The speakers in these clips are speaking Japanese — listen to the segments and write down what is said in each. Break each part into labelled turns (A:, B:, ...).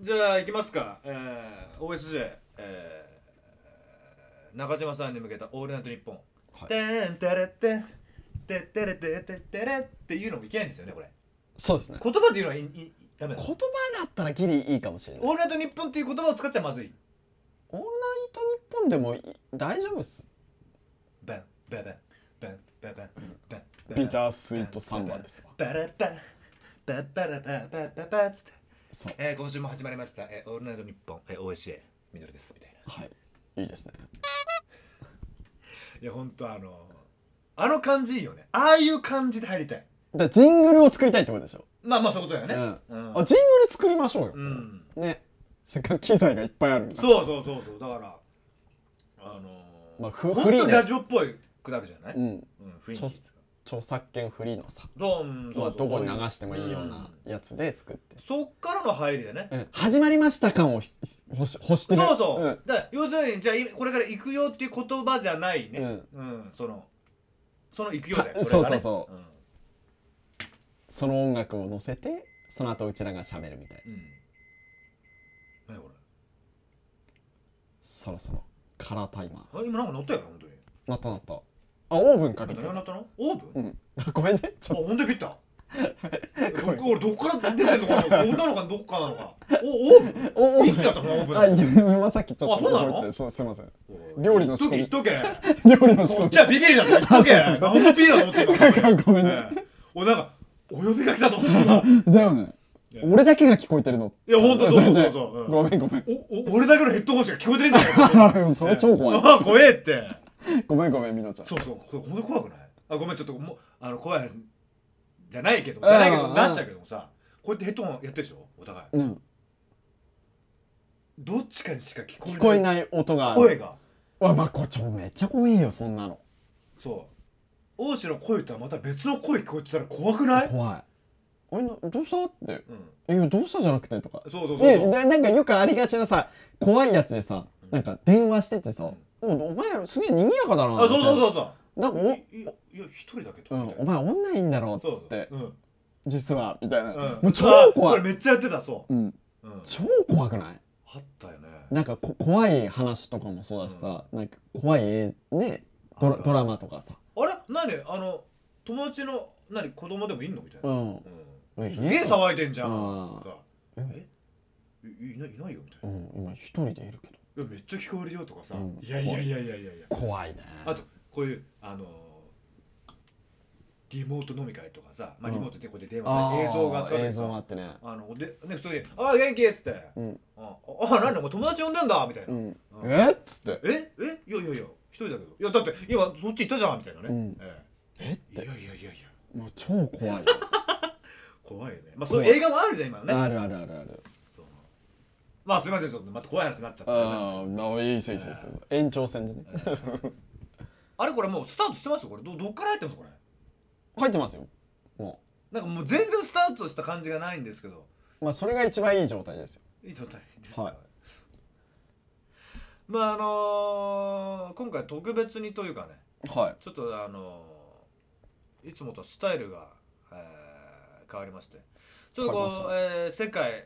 A: じゃあ行きますか、えー、OSJ、えー、中島さんに向けた「オールナイトニッポン」
B: はい
A: てんてれってんてってれてってってれっていうのもいけないんですよねこれ
B: そうですね
A: 言葉で言うのはいいダメだ
B: 言葉だったらギリいいかもしれない
A: オールナイトニッポンっていう言葉を使っちゃまずい
B: オールナイト日本でもい大丈夫っす
A: バンバンバンバンバンバンバンバン
B: ビタースイートサンバですわ
A: バラバラバラバラバラバラバラつって
B: そう
A: えー、今週も始まりました「えー、オールナイトニッポン」えー、OSJ みどりですみたいな
B: はいいいですね
A: いやほんとあのあの感じいいよねああいう感じで入りたい
B: だからジングルを作りたいってことでしょ、
A: まあまあそういうことだよね
B: う
A: うん
B: ん、あジングル作りましょうよ、
A: うん
B: ねせっかく機材がいっぱいあるんだ
A: そうそうそうそうだからあのー
B: まあフ
A: ほんと
B: フリーね
A: ラジオっぽいくなるじゃない、
B: う
A: うん
B: ん、
A: 雰囲気
B: ちょ著作権フリーのさ、
A: どううんそうそ
B: まあ、
A: う
B: どこに流
A: そういう
B: してもいいようなやつで作って、
A: そっからの入りでね
B: うん始まりました感をし欲し欲してる
A: そうそう、
B: うん
A: だから要するにじゃあ今これから行くよっていう言葉じゃないね
B: う
A: うん、そのその行くよだよ
B: か
A: これがね
B: そうそうそその音楽を乗せてその後うちらがしゃべるみたいな
A: うん、うん、何こ
B: そろそろカラータイマー
A: れあ今なんか乗ったよね本当に
B: なったなったあオーブンかけて
A: 何が
B: た
A: 鳴ったのオーブン、
B: うん あごめんねち
A: あ、
B: ょっ
A: ほんでピッタ。
B: ごめん
A: 俺どっから出てんのかな女の子かどっからなのか。お、オー
B: とお
A: ブ
B: お
A: ンいつやったのオーブン。
B: あ今さっきちょ
A: あ
B: っと
A: そうなの
B: てそうすいません
A: おい
B: 料理の仕込み
A: 言っとけ。言っと
B: 料理の
A: け
B: 仕
A: こっ
B: 込み
A: ちはビビリだと言っとけ。あほんとビビリだと思ってた今。
B: ごめんね
A: ええお、なんか、お呼びかけだと思ってた。
B: だよね
A: え
B: 俺だけが聞こえてるの
A: いやほんとそうそう そうそううん
B: ごめんごめん
A: お、お、俺だけのヘッドホンしか聞こえてないんだよ。
B: あ それ超怖い
A: あ、怖えって。
B: ごめんごめんみのちゃん
A: そうそう、これほんと怖くないあ、ごめん、ちょっともう、あの、怖い話じゃないけど、じゃないけど、
B: うん
A: なっちゃうけどもさ、こうやってヘッドホンやってるでしょお互い。
B: うん
A: どっちかにしか聞こえな
B: 聞
A: い。
B: こえない音がある
A: 声が。
B: わまあこれちょめっちゃ怖いよそんなの
A: そう王子の声とはまた別の声聞こえてたら怖くない、
B: 怖いあれなどうしたって
A: うん、
B: えいやどうしたじゃなくてとか
A: そうそうそう
B: ね
A: そう、
B: ななんかよくありがちなさ怖いやつでさなんか電話しててさ「おお前らすげえ賑やかだな」
A: あそうそう
B: う
A: そうそ
B: なんか
A: ういいいや一人だけ
B: お,、
A: と
B: う
A: み
B: ん
A: たい、な
B: お前女いいんだろ」っ
A: そう
B: つって
A: うん
B: 「実は」みたいな、
A: うん、
B: もう超
A: あこ
B: 怖
A: れ
B: い、
A: めっちゃやってたそ
B: うん、
A: う、うん、あ
B: 超怖くない
A: ったよね
B: なんかこ怖い話とかもそうだしさ、なんか怖い絵ねド
A: あ
B: ラ
A: る
B: ドラマとかさ
A: あれ何あの友達の何子供でもいんのみたいな、
B: う
A: うん
B: んえ
A: すげえ騒いでんじゃん
B: あー
A: さ
B: え
A: えいいないいないよみたい
B: うん
A: な、
B: 今一人でいるけど
A: いやめっちゃ聞こえるよとかさ、
B: うん
A: いやいやいやいやいやいや
B: 怖いね
A: あとこういうあのーリモート飲み会とかさ、まあ、
B: うん
A: リモートでこうやって電
B: あ
A: 話で
B: ー
A: 映像が使って
B: 映像があってね
A: あのでね普通に「ああ元気」っつって「
B: うん
A: ああ何お前友達呼んでんだ」みたいな「
B: うん
A: うん
B: えっつって
A: ええいやいやいや一人だけどいやだって今そっち行ったじゃん」みたいなね、
B: うん
A: え
B: えっ
A: えい
B: て
A: やいやいやいや
B: もう超怖いよ
A: 怖いよねまあそういう
B: 怖い
A: 映画もあるじゃん今のね
B: あるあるあるある
A: そうまあすいませんちょっとまた怖い話になっちゃった
B: ああ、まあいいですよいいですよいいですよ延長戦でね。
A: あれこれもうスタートしてますよこれどどっから入ってますこれ
B: 入ってますよ。も
A: なんかもう全然スタートした感じがないんですけど
B: う。まあそれが一番いい状態ですよ。
A: いい状態ですね
B: はい
A: まああのー今回特別にというかね
B: は
A: ちょっとあのーいつもとスタイルが、えー変わりましてちょっとこう
B: 変わりまし、
A: えー世界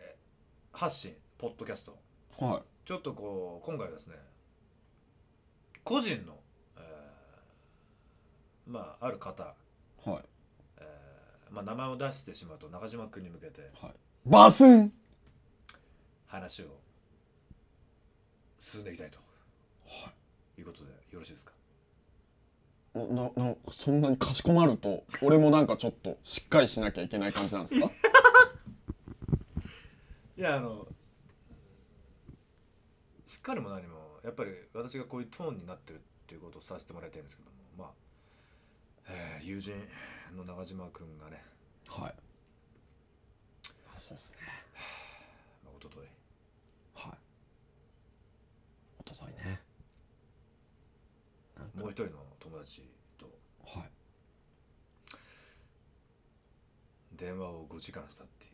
A: 発信ポッドキャスト
B: い。は
A: ちょっとこう今回はですね個人の、えーまあある方、
B: い。はい。
A: えーまあ、名前を出してしまうと中島君に向けて
B: バスン
A: 話を進んでいきたいということでよろしいですか
B: な、な、な、そんなにかしこまると、俺もなんかちょっとしっかりしなきゃいけない感じなんですか
A: いやあのしっかりも何もやっぱり私がこういうトーンになってるっていうことをさせてもらいたいんですけどもまあ、えー友人の長島君がね、
B: はい。あそうっすね。
A: まあ、一昨日
B: はい。おとといね。なん
A: もう
B: か、
A: 一人の友達と
B: はい。
A: 電話を5時間したっていう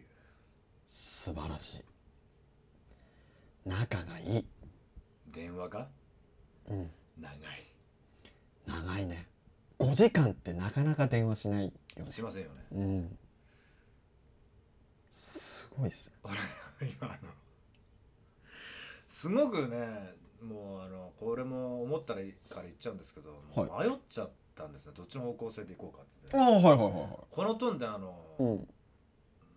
B: 素晴らしい。仲がいい。
A: 電話が
B: うん。
A: 長い
B: 長いね5時間ってなかなか電話しないよね
A: しませんよね
B: うんすごいっすね
A: 俺今あのすごくねもうあのこれも思ったらから言っちゃうんですけど、
B: は
A: 迷っちゃったんですねどっちの方向性でいこうかって
B: あ
A: ね、
B: あはいはいはいは
A: このトーンであの、
B: いうん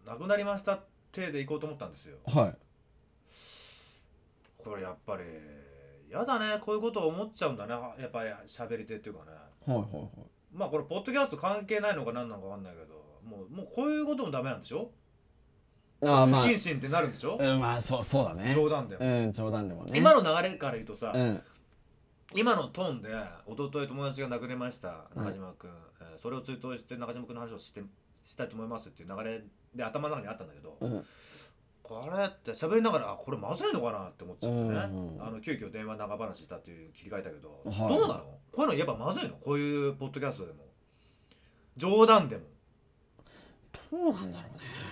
A: なくなりました手でいこうと思ったんですよ
B: はい
A: これやっぱりやだねこういうことを思っちゃうんだねやっぱり喋り手っていうかね
B: はいはいはい
A: まあこれポッドキャスト関係ないのか何なのか分かんないけどもうもうこういうこともダメなんでしょ
B: ああ
A: 不
B: まあ
A: 謹慎ってなるんでしょ
B: うんまあそうそうだね
A: 冗談でも、
B: うん冗談でもね
A: 今の流れから言うとさ、
B: うん
A: 今のトーンで一昨日友達が亡くなりました中島君、えーそれを追悼して中島君の話をしてしたいと思いますっていう流れで頭の中にあったんだけど、
B: うん
A: これって喋りながらあこれまずいのかなって思っちゃってね、
B: うんうん
A: あの急遽電話長話したっていう切り替えたけど、
B: はい
A: どうなのこういうのやっぱまずいのこういうポッドキャストでも冗談でも
B: どうなんだ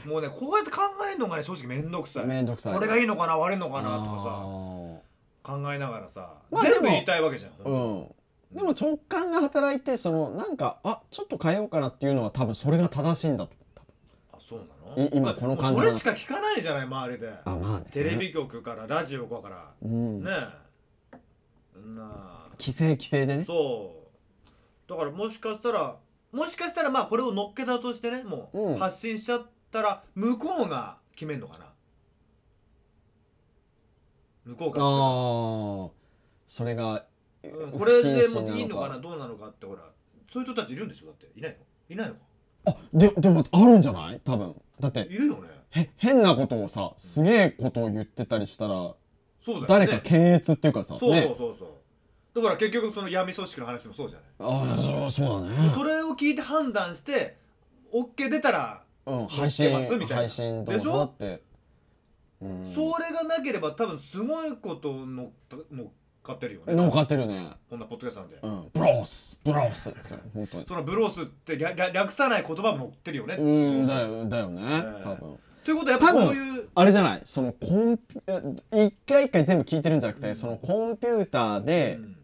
B: ろ
A: もうねこうやって考えるのがね正直めんどくさ
B: う
A: い
B: ねめんどくさい
A: これがいいのかな悪いのかなとか
B: あ
A: さ考えながらさ、
B: まあでも
A: 全部言いたいわけじゃん、
B: あうんでも直感が働いてそのなんかあちょっと変えようかなっていうのは多分それが正しいんだと多分
A: あそうなの
B: い今この感じ
A: そ
B: なの
A: れしか聞かないじゃない周りで
B: あまあね
A: テレビ局からラジオから
B: うん
A: ねえなあ
B: 規制規制でね
A: そうだからもしかしたらもしかしたらまあこれを乗っけたとしてねも
B: う
A: うん発信しちゃったら向こうが決めんのかな向こうが
B: ああそれが
A: うんこれで
B: 不謹慎なの
A: も
B: か
A: いいのかなどうなのかってほらそういう人たちいるんでしょだっていないのいないのか
B: あででもあるんじゃない多分だって
A: いるよね
B: へ変なことをさすげえことを言ってたりしたら
A: そうだよね
B: 誰か検閲っていうか
A: そ
B: さ
A: うそう
B: ね
A: そうそうだから結局その闇組織の話もそうじゃない
B: ああそうそうだね
A: それを聞いて判断して OK 出たら、
B: うん配信
A: 載ってますみたいな
B: 配信とか
A: でしょ
B: だってうん
A: それがなければ多分すごいこと乗っか乗っかってるよね
B: 乗っかってるね
A: こんなポッドキャストなんで、
B: うんブロースブロースですよ本当に
A: そのブロースって略略略さない言葉も乗ってるよね、
B: うんだよだよね
A: え
B: 多分
A: ということはやっぱ
B: 多分
A: こういう
B: あれじゃないそのコンピュえ一回一回全部聞いてるんじゃなくてそのコンピューターで
A: うん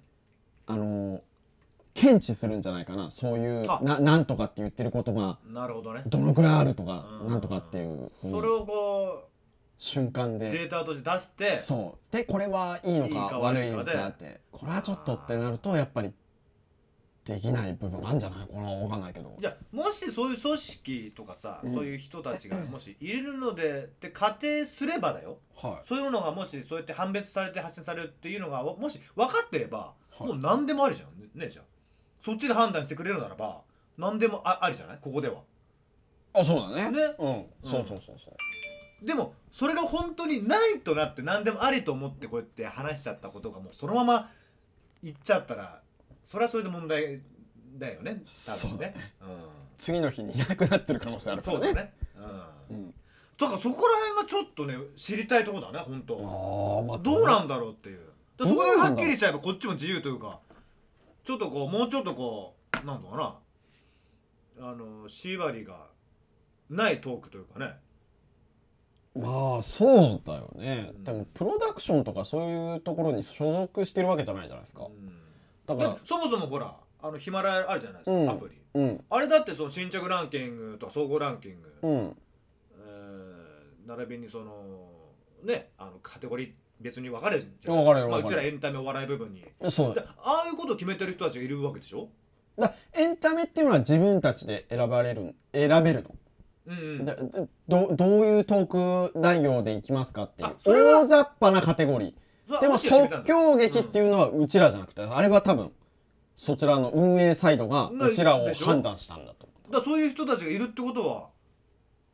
B: あの検知するんじゃないかなそういう
A: あ
B: ななんとかって言ってることが
A: なるほどね
B: どのくらいあるとか
A: うん
B: なんとかっていう
A: そ
B: こ
A: れ
B: の
A: をこ
B: 瞬間
A: う
B: で
A: データとして出して
B: そうでこれはいいの
A: いい
B: か
A: か
B: 悪
A: 悪
B: い
A: い
B: の
A: のかで
B: かってこれはちょっとってなるとやっぱりできない部分あるんじゃないこれは分かんないけど
A: じゃあもしそういう組織とかさ、
B: うん
A: そういう人たちがもしいるのでって仮定すればだよ
B: は
A: そういうのがもしそうやって判別されて発信されるっていうのがわもし分かってれば、
B: はい
A: もう何でもありじゃんねねえじゃんそっちで判断してくれるならば何でもあありじゃないここでは
B: あそうだね
A: ね
B: うんそうそうそうそう
A: でもそれが本当にないとなって何でもありと思ってこうやって話しちゃったことがもうそのまま言っちゃったらそれはそれで問題だよね多
B: そう
A: 分
B: だ
A: ね
B: ね次の日にいなくなってる可能性あ
A: うん、
B: るか
A: そ
B: ら
A: うだ
B: ね
A: ね、う、
B: うんん
A: だからそこら辺がちょっとね知りたいところだね本当
B: ああまあ
A: どうなんだろうっていうでそこで
B: どう
A: は
B: なんだろ
A: っ
B: う
A: きり言っちゃえばこっちも自由というかちょっとこうもうちょっとこうなんとかなあの縛りがないトークというかね
B: まあそうだよね、
A: うん
B: でもプロダクションとかそういうところに所属してるわけじゃないじゃないですか、だ
A: だ
B: か
A: ってそもそもほらあのヒマラヤあるじゃないですか、
B: うん
A: アプリ
B: らうん
A: あれだってその新着ランキングとか総合ランキング、
B: うん
A: えー並びにそのねあのカテゴリー別に分かれるじゃん
B: 分かれる
A: まあ、う
B: 分か
A: ちら
B: れ
A: エンタメお笑い部分に
B: そう
A: でああいうことを決めてる人たちがいるわけでしょ
B: だエンタメっていうのは自分たちで選ばれる選べるの、
A: うんうん
B: だどどういうトーク内容でいきますかっていう
A: あそれは
B: 大雑把なカテゴリーでも即興劇って
A: い
B: いうのはうちらじゃなくて、あれは多分そちらの運営サイドが
A: な
B: うちらを
A: でしょ
B: 判断したんだと思う
A: うん、だからそういう人たちがいるってことは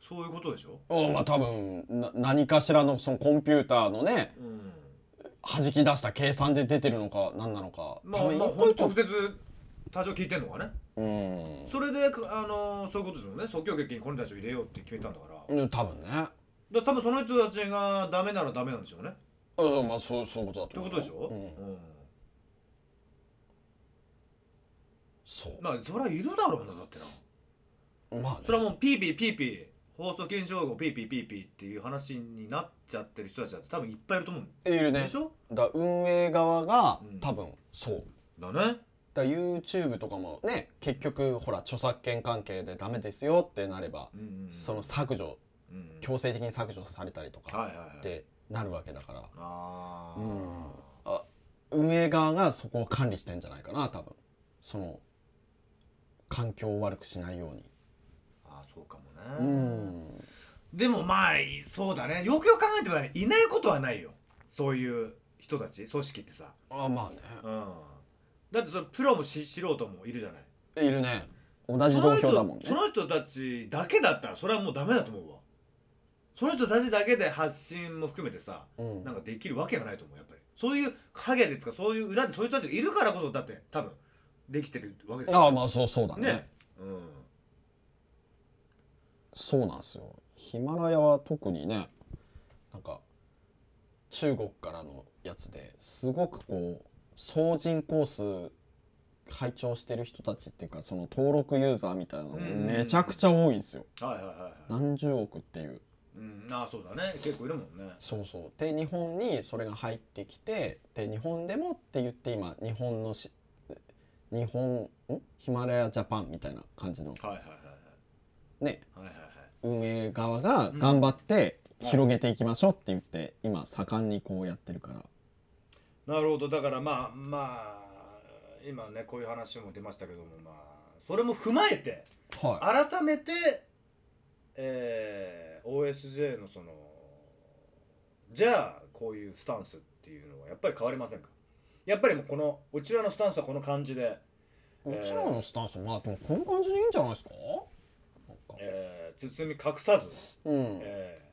A: そういうことでしょ、
B: うんまあ多分な何かしらのそのコンピューターのね
A: うん
B: 弾き出した計算で出てるのか何なのか、
A: まあ、
B: 多
A: まあ
B: 分
A: ほん
B: 一個
A: 直
B: 一
A: 接多少聞いてんのかね
B: 個うん
A: それで、あのーそういうことですもんね即興劇にこの人たちを入れようって決めたんだからだか
B: うん多分ね
A: ら多分その人たちがダメならダメなんでしょうね
B: うんまあそうそういうことだ
A: って
B: と
A: こ
B: 思う
A: とでしょ、
B: う
A: うんん
B: そう
A: まあそれはいるだろうなだってな
B: まあね
A: それはもうピーピーピーピー放送禁止用語ピーピーピーピーっていう話になっちゃってる人たちだって多分いっぱいいると思うん
B: いる
A: で
B: ね
A: しょ、
B: だ運営側が
A: うん
B: 多分そう
A: だね
B: だ YouTube とかもね結局ほら著作権関係でダメですよってなれば
A: うんうんうん
B: その削除
A: うんうん
B: 強制的に削除されたりと
A: は
B: か
A: いはいはい
B: でなるわけだから
A: ああ、
B: あ運営側がそこを管理してんじゃないかな多分その環境を悪くしないように
A: あーそうかも
B: う
A: ね、
B: ん
A: でもまあいそうだねよくよく考えてもらえばいないことはないよそういう人たち組織ってさ、
B: あまあね
A: うん、だってそれプロもし素人もいるじゃない
B: いるね同じ同票だもんね
A: その人その人たちだけだったらそれはもうダメだと思うわその人たちだけで発信も含めてさ
B: うん
A: なんかできるわけがないと思うやっぱりそういう影でとかそういう裏でそういう人たちがいるからこそだって多分できてるわけです
B: ああまあそうそうだね
A: ねうん
B: そうなんですよヒマラヤは特にねなんか中国からのやつですごくこう総人口数拝聴してる人たちっていうかその登録ユーザーみたいなのが
A: うん
B: めちゃくちゃ多いんですよ
A: はいはいはいはい
B: 何十億っていう
A: うんああそうだね結構いるもんね
B: そうそうで日本にそれが入ってきてで日本でもって言って今日本のし日本んヒマラヤジャパンみたいな感じの
A: はいはいはい
B: ね
A: はいはいはいはい
B: 運営側が頑張って広げていきましょうって言って、今盛んにこうやってるから
A: なるほどだからまあまあ今ねこういう話も出ましたけどもまあそれも踏まえて
B: は
A: 改めて、えー OSJ のそのじゃあこういうスタンスっていうのはやっぱり変わりませんかやっぱりもうこのうちらのスタンスはこの感じで、
B: いちらのスタンスまあでもこういう感じでいいんじゃないですかなんか
A: えー包み隠さず、
B: うん
A: えー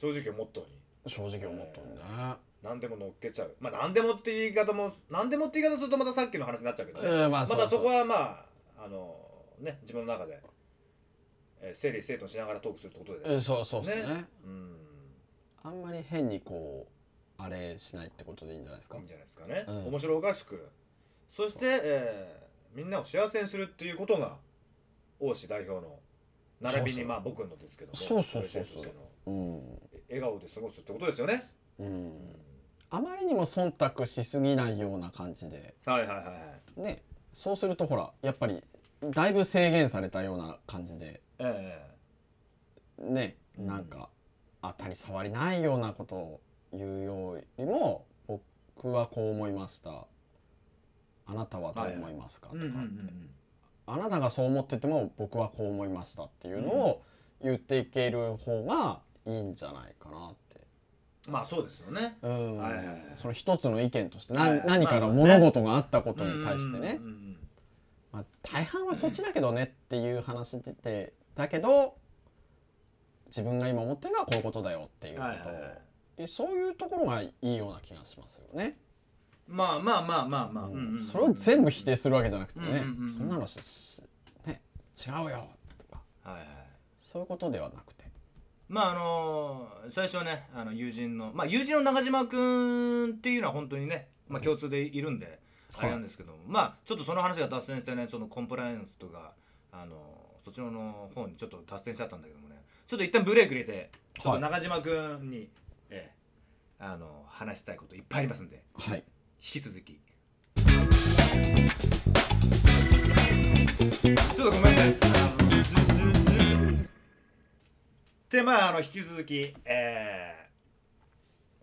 A: 正直をモットーに
B: 正直思ったんね
A: 何でも乗っけちゃうまあ何でもっていう言い方も何でもって言い方するとまたさっきの話になっちゃうけどね、
B: えーまあ
A: ま
B: そう
A: たそこ
B: そう
A: はまああのね自分の中で、えー整理整頓しながらトークするってことで、
B: えーそうそうですね
A: ねうん
B: あんまり変にこうあれしないってことでいいんじゃないですか
A: いいんじゃないですかね、
B: うん
A: 面白おかしくそしてえーみんなを幸せにするっていうことが王子代表の並びに
B: そうそう
A: まあ僕のですけども
B: そうそうそ
A: プレゼン
B: うそう
A: としての
B: うん
A: え笑顔で過ごすってことですよね、
B: うんあまりにも忖度しすぎないような感じで
A: はいはいはいはい
B: ねそうするとほらやっぱりだいぶ制限されたような感じで
A: え
B: ね
A: うん
B: なんか当たり障りないようなことを言うよりも僕はこう思いましたあなたはどう思いますか
A: え
B: とかってあなたがそう思ってても僕はこう思いましたっていうのを言っていける方がいいんじゃないかなって。
A: まあそうですよね
B: うん
A: はいはいはい
B: その一つの意見として
A: はい
B: 何
A: はい
B: 何から物事があったことに対してね
A: うんうんうん
B: まあ、大半はそっちだけどねっていう話でてだけど自分が今思ってるのはこういうことだよっていううんこ
A: はいはい
B: と
A: は
B: を、
A: い
B: でそういうところがいいような気がしますよね、
A: まあまあまあまあまあ、
B: うん
A: うんうん
B: それを全部否定するわけじゃなくてね、
A: うんうんうん
B: そんなのししね、違うよとか
A: はいはい
B: そういうことではなくて
A: まああの最初はねあの友人のまあ友人の中島君っていうのは本当にね、まあ、共通でいるんで、
B: はい
A: あれなんですけどもまあちょっとその話が脱線してねそのコンプライアンスとかあのそっちの方にちょっと脱線しちゃったんだけどもねちょっと一旦ブレーク入れてちょっと中島君に、ええあの話したいこといっぱいありますんで
B: はい
A: 引き続きちょっとごめんねあのずずずずでまああの引き続きえ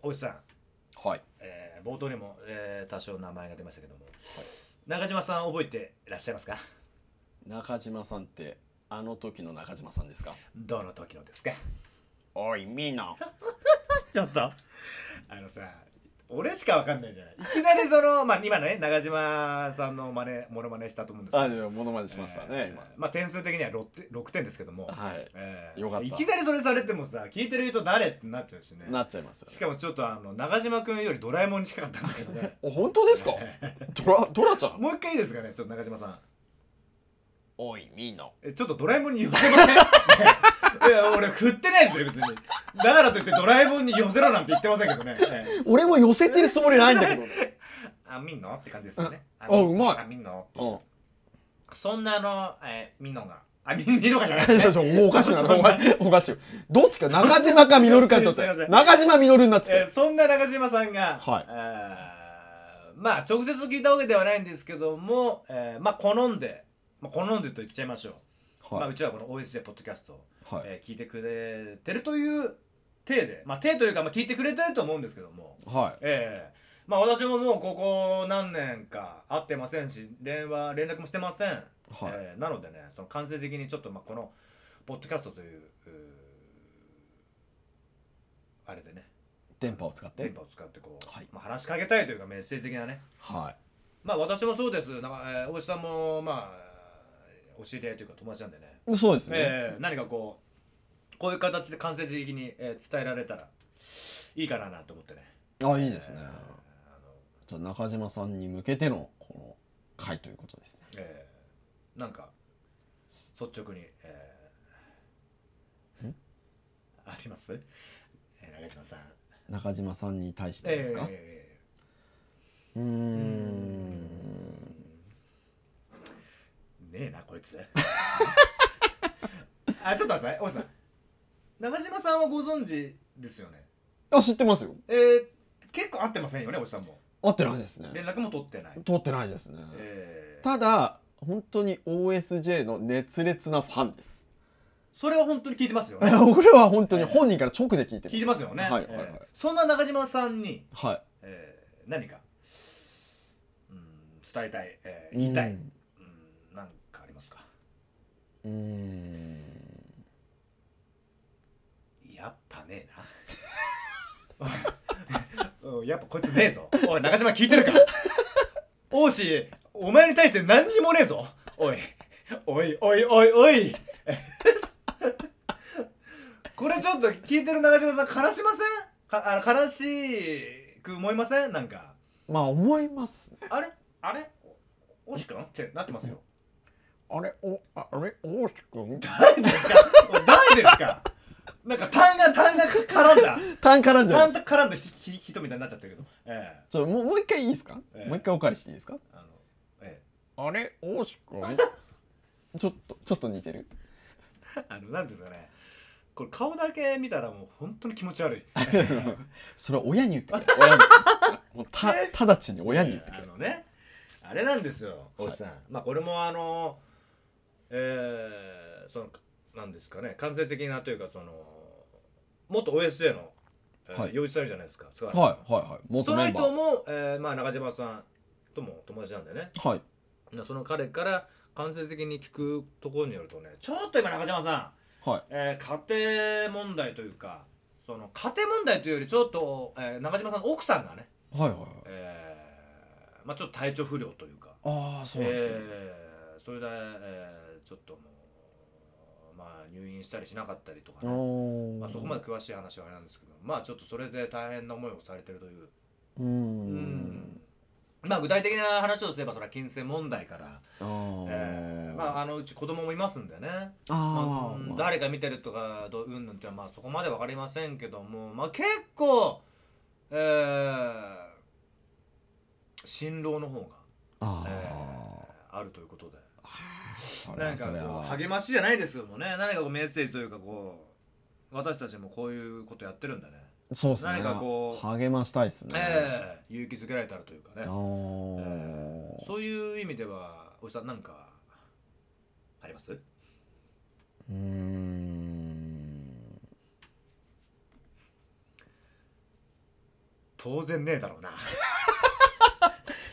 A: ー、おじさん、
B: はい
A: えー、冒頭にも、えー、多少名前が出ましたけども、中島さん覚えてらっしゃいますか
B: 中島さんってあの時の中島さんですか
A: どの時のですか
B: おいみんな
A: ちょっとあのさ俺しかわかんないじゃないいきなりそのまあ今ね中島さんの真似モノマネしたと思うんですけど
C: あ、じゃあ、モノマネしました
A: えー
C: ね、今。
A: まあ点数的には 6, 点6点ですけども、
C: はい。
A: え
C: よかった
A: いきなりそれされてもさ聞いてる人誰ってなっちゃうしね
C: なっちゃいますよ
A: し
C: ね。
A: かもちょっとあの長島君よりドラえもんに近かったんだけどね
B: お本当ですかドラドラちゃ ん
A: もう一回いいですかねちょっと長島さん
C: おい、みーの。
A: えちょっとドラえもんに寄せ ませんねいや俺振ってないですよ別にだからといってドラえもんに寄せろなんて言ってませんけどね、ええ
B: 俺も寄せてるつもりないんだけど
A: あみんのって感じですよねあ
B: あうまい
A: あみんの
B: うん
A: そんなあの、えー、みのがあ みみのがじゃない
B: いやちょもうおかしく なるおかおかしいよどっちか中島かミノルかにとっ
A: すい
B: て
A: ません
B: 中島ミノルになってた
A: え
B: よ
A: ーそんな中島さんが、
B: はい
A: あーまあ直接聞いたわけではないんですけども、えーまあ好んで、まあ、好んでと言っちゃいましょう、まあ、
B: は
A: う
B: い
A: ちはこの OSJ ポッドキャストを、
B: はい
A: えー聞いてくれてるという体で、まあ、体というか、まあ、聞いてくれてると思うんですけども、
B: はい
A: ええまあ私ももうここ何年か会ってませんし連話連絡もしてません、ええなのでねその間接的にちょっとまあこのポッドキャストといううーあれでね
B: 電波を使って
A: 電波を使ってこう、
B: はい
A: まあ、話しかけたいというかメッセージ的なね
B: は
A: まあ私もそうですなんか、えー、大石さんもまあお知り合いというか友達なんでね
B: いそうですね、
A: えー何かこうこういう形で間接的に、えー伝えられたらいいかななと思ってね
B: あいいですね、
A: えーあの
B: じゃあ中島さんに向けてのこの回ということですね
A: えーなんか率直に、えーあります、えー、中島さん
B: 中島さんに対して
A: え
B: ですか、
A: え
B: うーん
A: ねえなこいつ あちょっと待ってくださいおじさん中島さんはご存知ですよね
B: あ知ってますよ
A: えー、結構会ってませんよねおじさんも
B: 合ってないですね
A: 連絡も取ってない
B: 通ってないですね、
A: えー、
B: ただ本当に OSJ の熱烈なファンです
A: それは本当に聞いてます よね
B: これは本当に本人から直で聞いてます
A: 聞いてますよね、
B: はいはいはい、
A: えーそんな中島さんに、
B: はい
A: えー、何か、うん、伝えたい、えー、言いたい、う
B: うんん、
A: なんかありますか
B: うーん
A: やっぱね えなおいやっぱこいつねえぞおい中島聞いてるかおうしお前に対して何にもねえぞおいおいおいおいおい これちょっと聞いてる中島さん悲しませんかあの悲しく思いませんなんか
B: まあ思いますね
A: あれあれおおしくんってなってますよ
B: あれおああれ大志くん
A: 誰ですか誰ですかなんか単が単が絡んだ
B: 単からんじゃない
A: 単
B: です
A: が絡んだひひ人みたいになっちゃってるけどええ
B: ちょもうもう一回いいですか、
A: ええ
B: もう一回お借りしていいですか
A: あの、え
B: あれ大志く んちょっとちょっと似てる
A: え、 あの、なんていうんですかね。これ顔だけ見たらもう本当に気持ち悪い。
B: それは親に言ってくれ親にもうた直ちに親に言ってく
A: あ
B: れ
A: のね、あれなんですよ、おじさん。まあこれもあの、えー、その、なんですかね、間接的なというか、その、元 OSA の、えー
B: はい
A: 用意されるじゃないですか。菅原さん
B: はいはいはい元
A: その
B: メンバ
A: 人
B: ー
A: も、えーまあ中島さんとも友達なんでね。
B: はい
A: なその彼から間接的に聞くところによるとね、ちょっと今中島さん、
B: はい
A: えー家庭問題というかその家庭問題というよりちょっと、えー中島さんの奥さんがね、
B: はいはいはい
A: えーまあ、ちょっと体調不良というか
B: ああそうなんですね、
A: えーそれで、えーちょっともう、まあ、入院したりしなかったりとかね、
B: お
A: まあ、
B: ー
A: そこまで詳しい話はあれなんですけどまあちょっとそれで大変な思いをされてるという、
B: うー
A: うん
B: ん
A: まあ具体的な話をすればそれは金銭問題から、
B: あー、
A: えーまあ、あのうち子供もいますんでねまあ
B: あ
A: う
B: ー、
A: ん
B: まあ、
A: 誰が見てるとかどううんぬんっていうのはまあそこまで分かりませんけども、まあ、結構、えー、新郎の方
B: あ
A: が、
B: ー、
A: えーあるということで
B: それ
A: な
B: は
A: んか
B: それ
A: こ
B: は
A: う励ましじゃないですけどもね何かこうメッセージというかこう私たちもこういうことやってるんだね、
B: そうですね
A: 何かこう
B: 励ましたいですね、
A: えー勇気づけられたらというかね
B: あ、ー
A: そういう意味ではおじさんなんかあります
B: うーん
A: 当然ねえだろうな。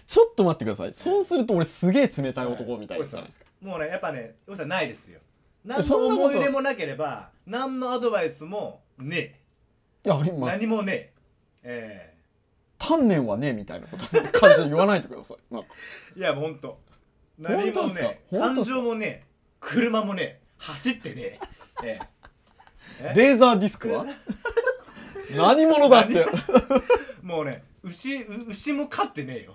B: ちょっと待ってくださいそうすると俺すげえ冷たい男みたいじゃないですか、
A: もうねやっぱねよさないですよ何
B: そ
A: の
B: んなこと
A: 思い出もなければ何のアドバイスもね
B: いやあり
A: え
B: ます
A: 何もねええ
B: 丹念はねみたいな こと感じで言わないでくださいなんか
A: えいやもうほんと何も
B: 本当っすか
A: ねえ
B: 本当
A: 感
B: っすか
A: 情もねえ車もねえ走ってねえええ
B: レーザーディスクは何者だって
A: もうね牛う牛も飼ってねえよ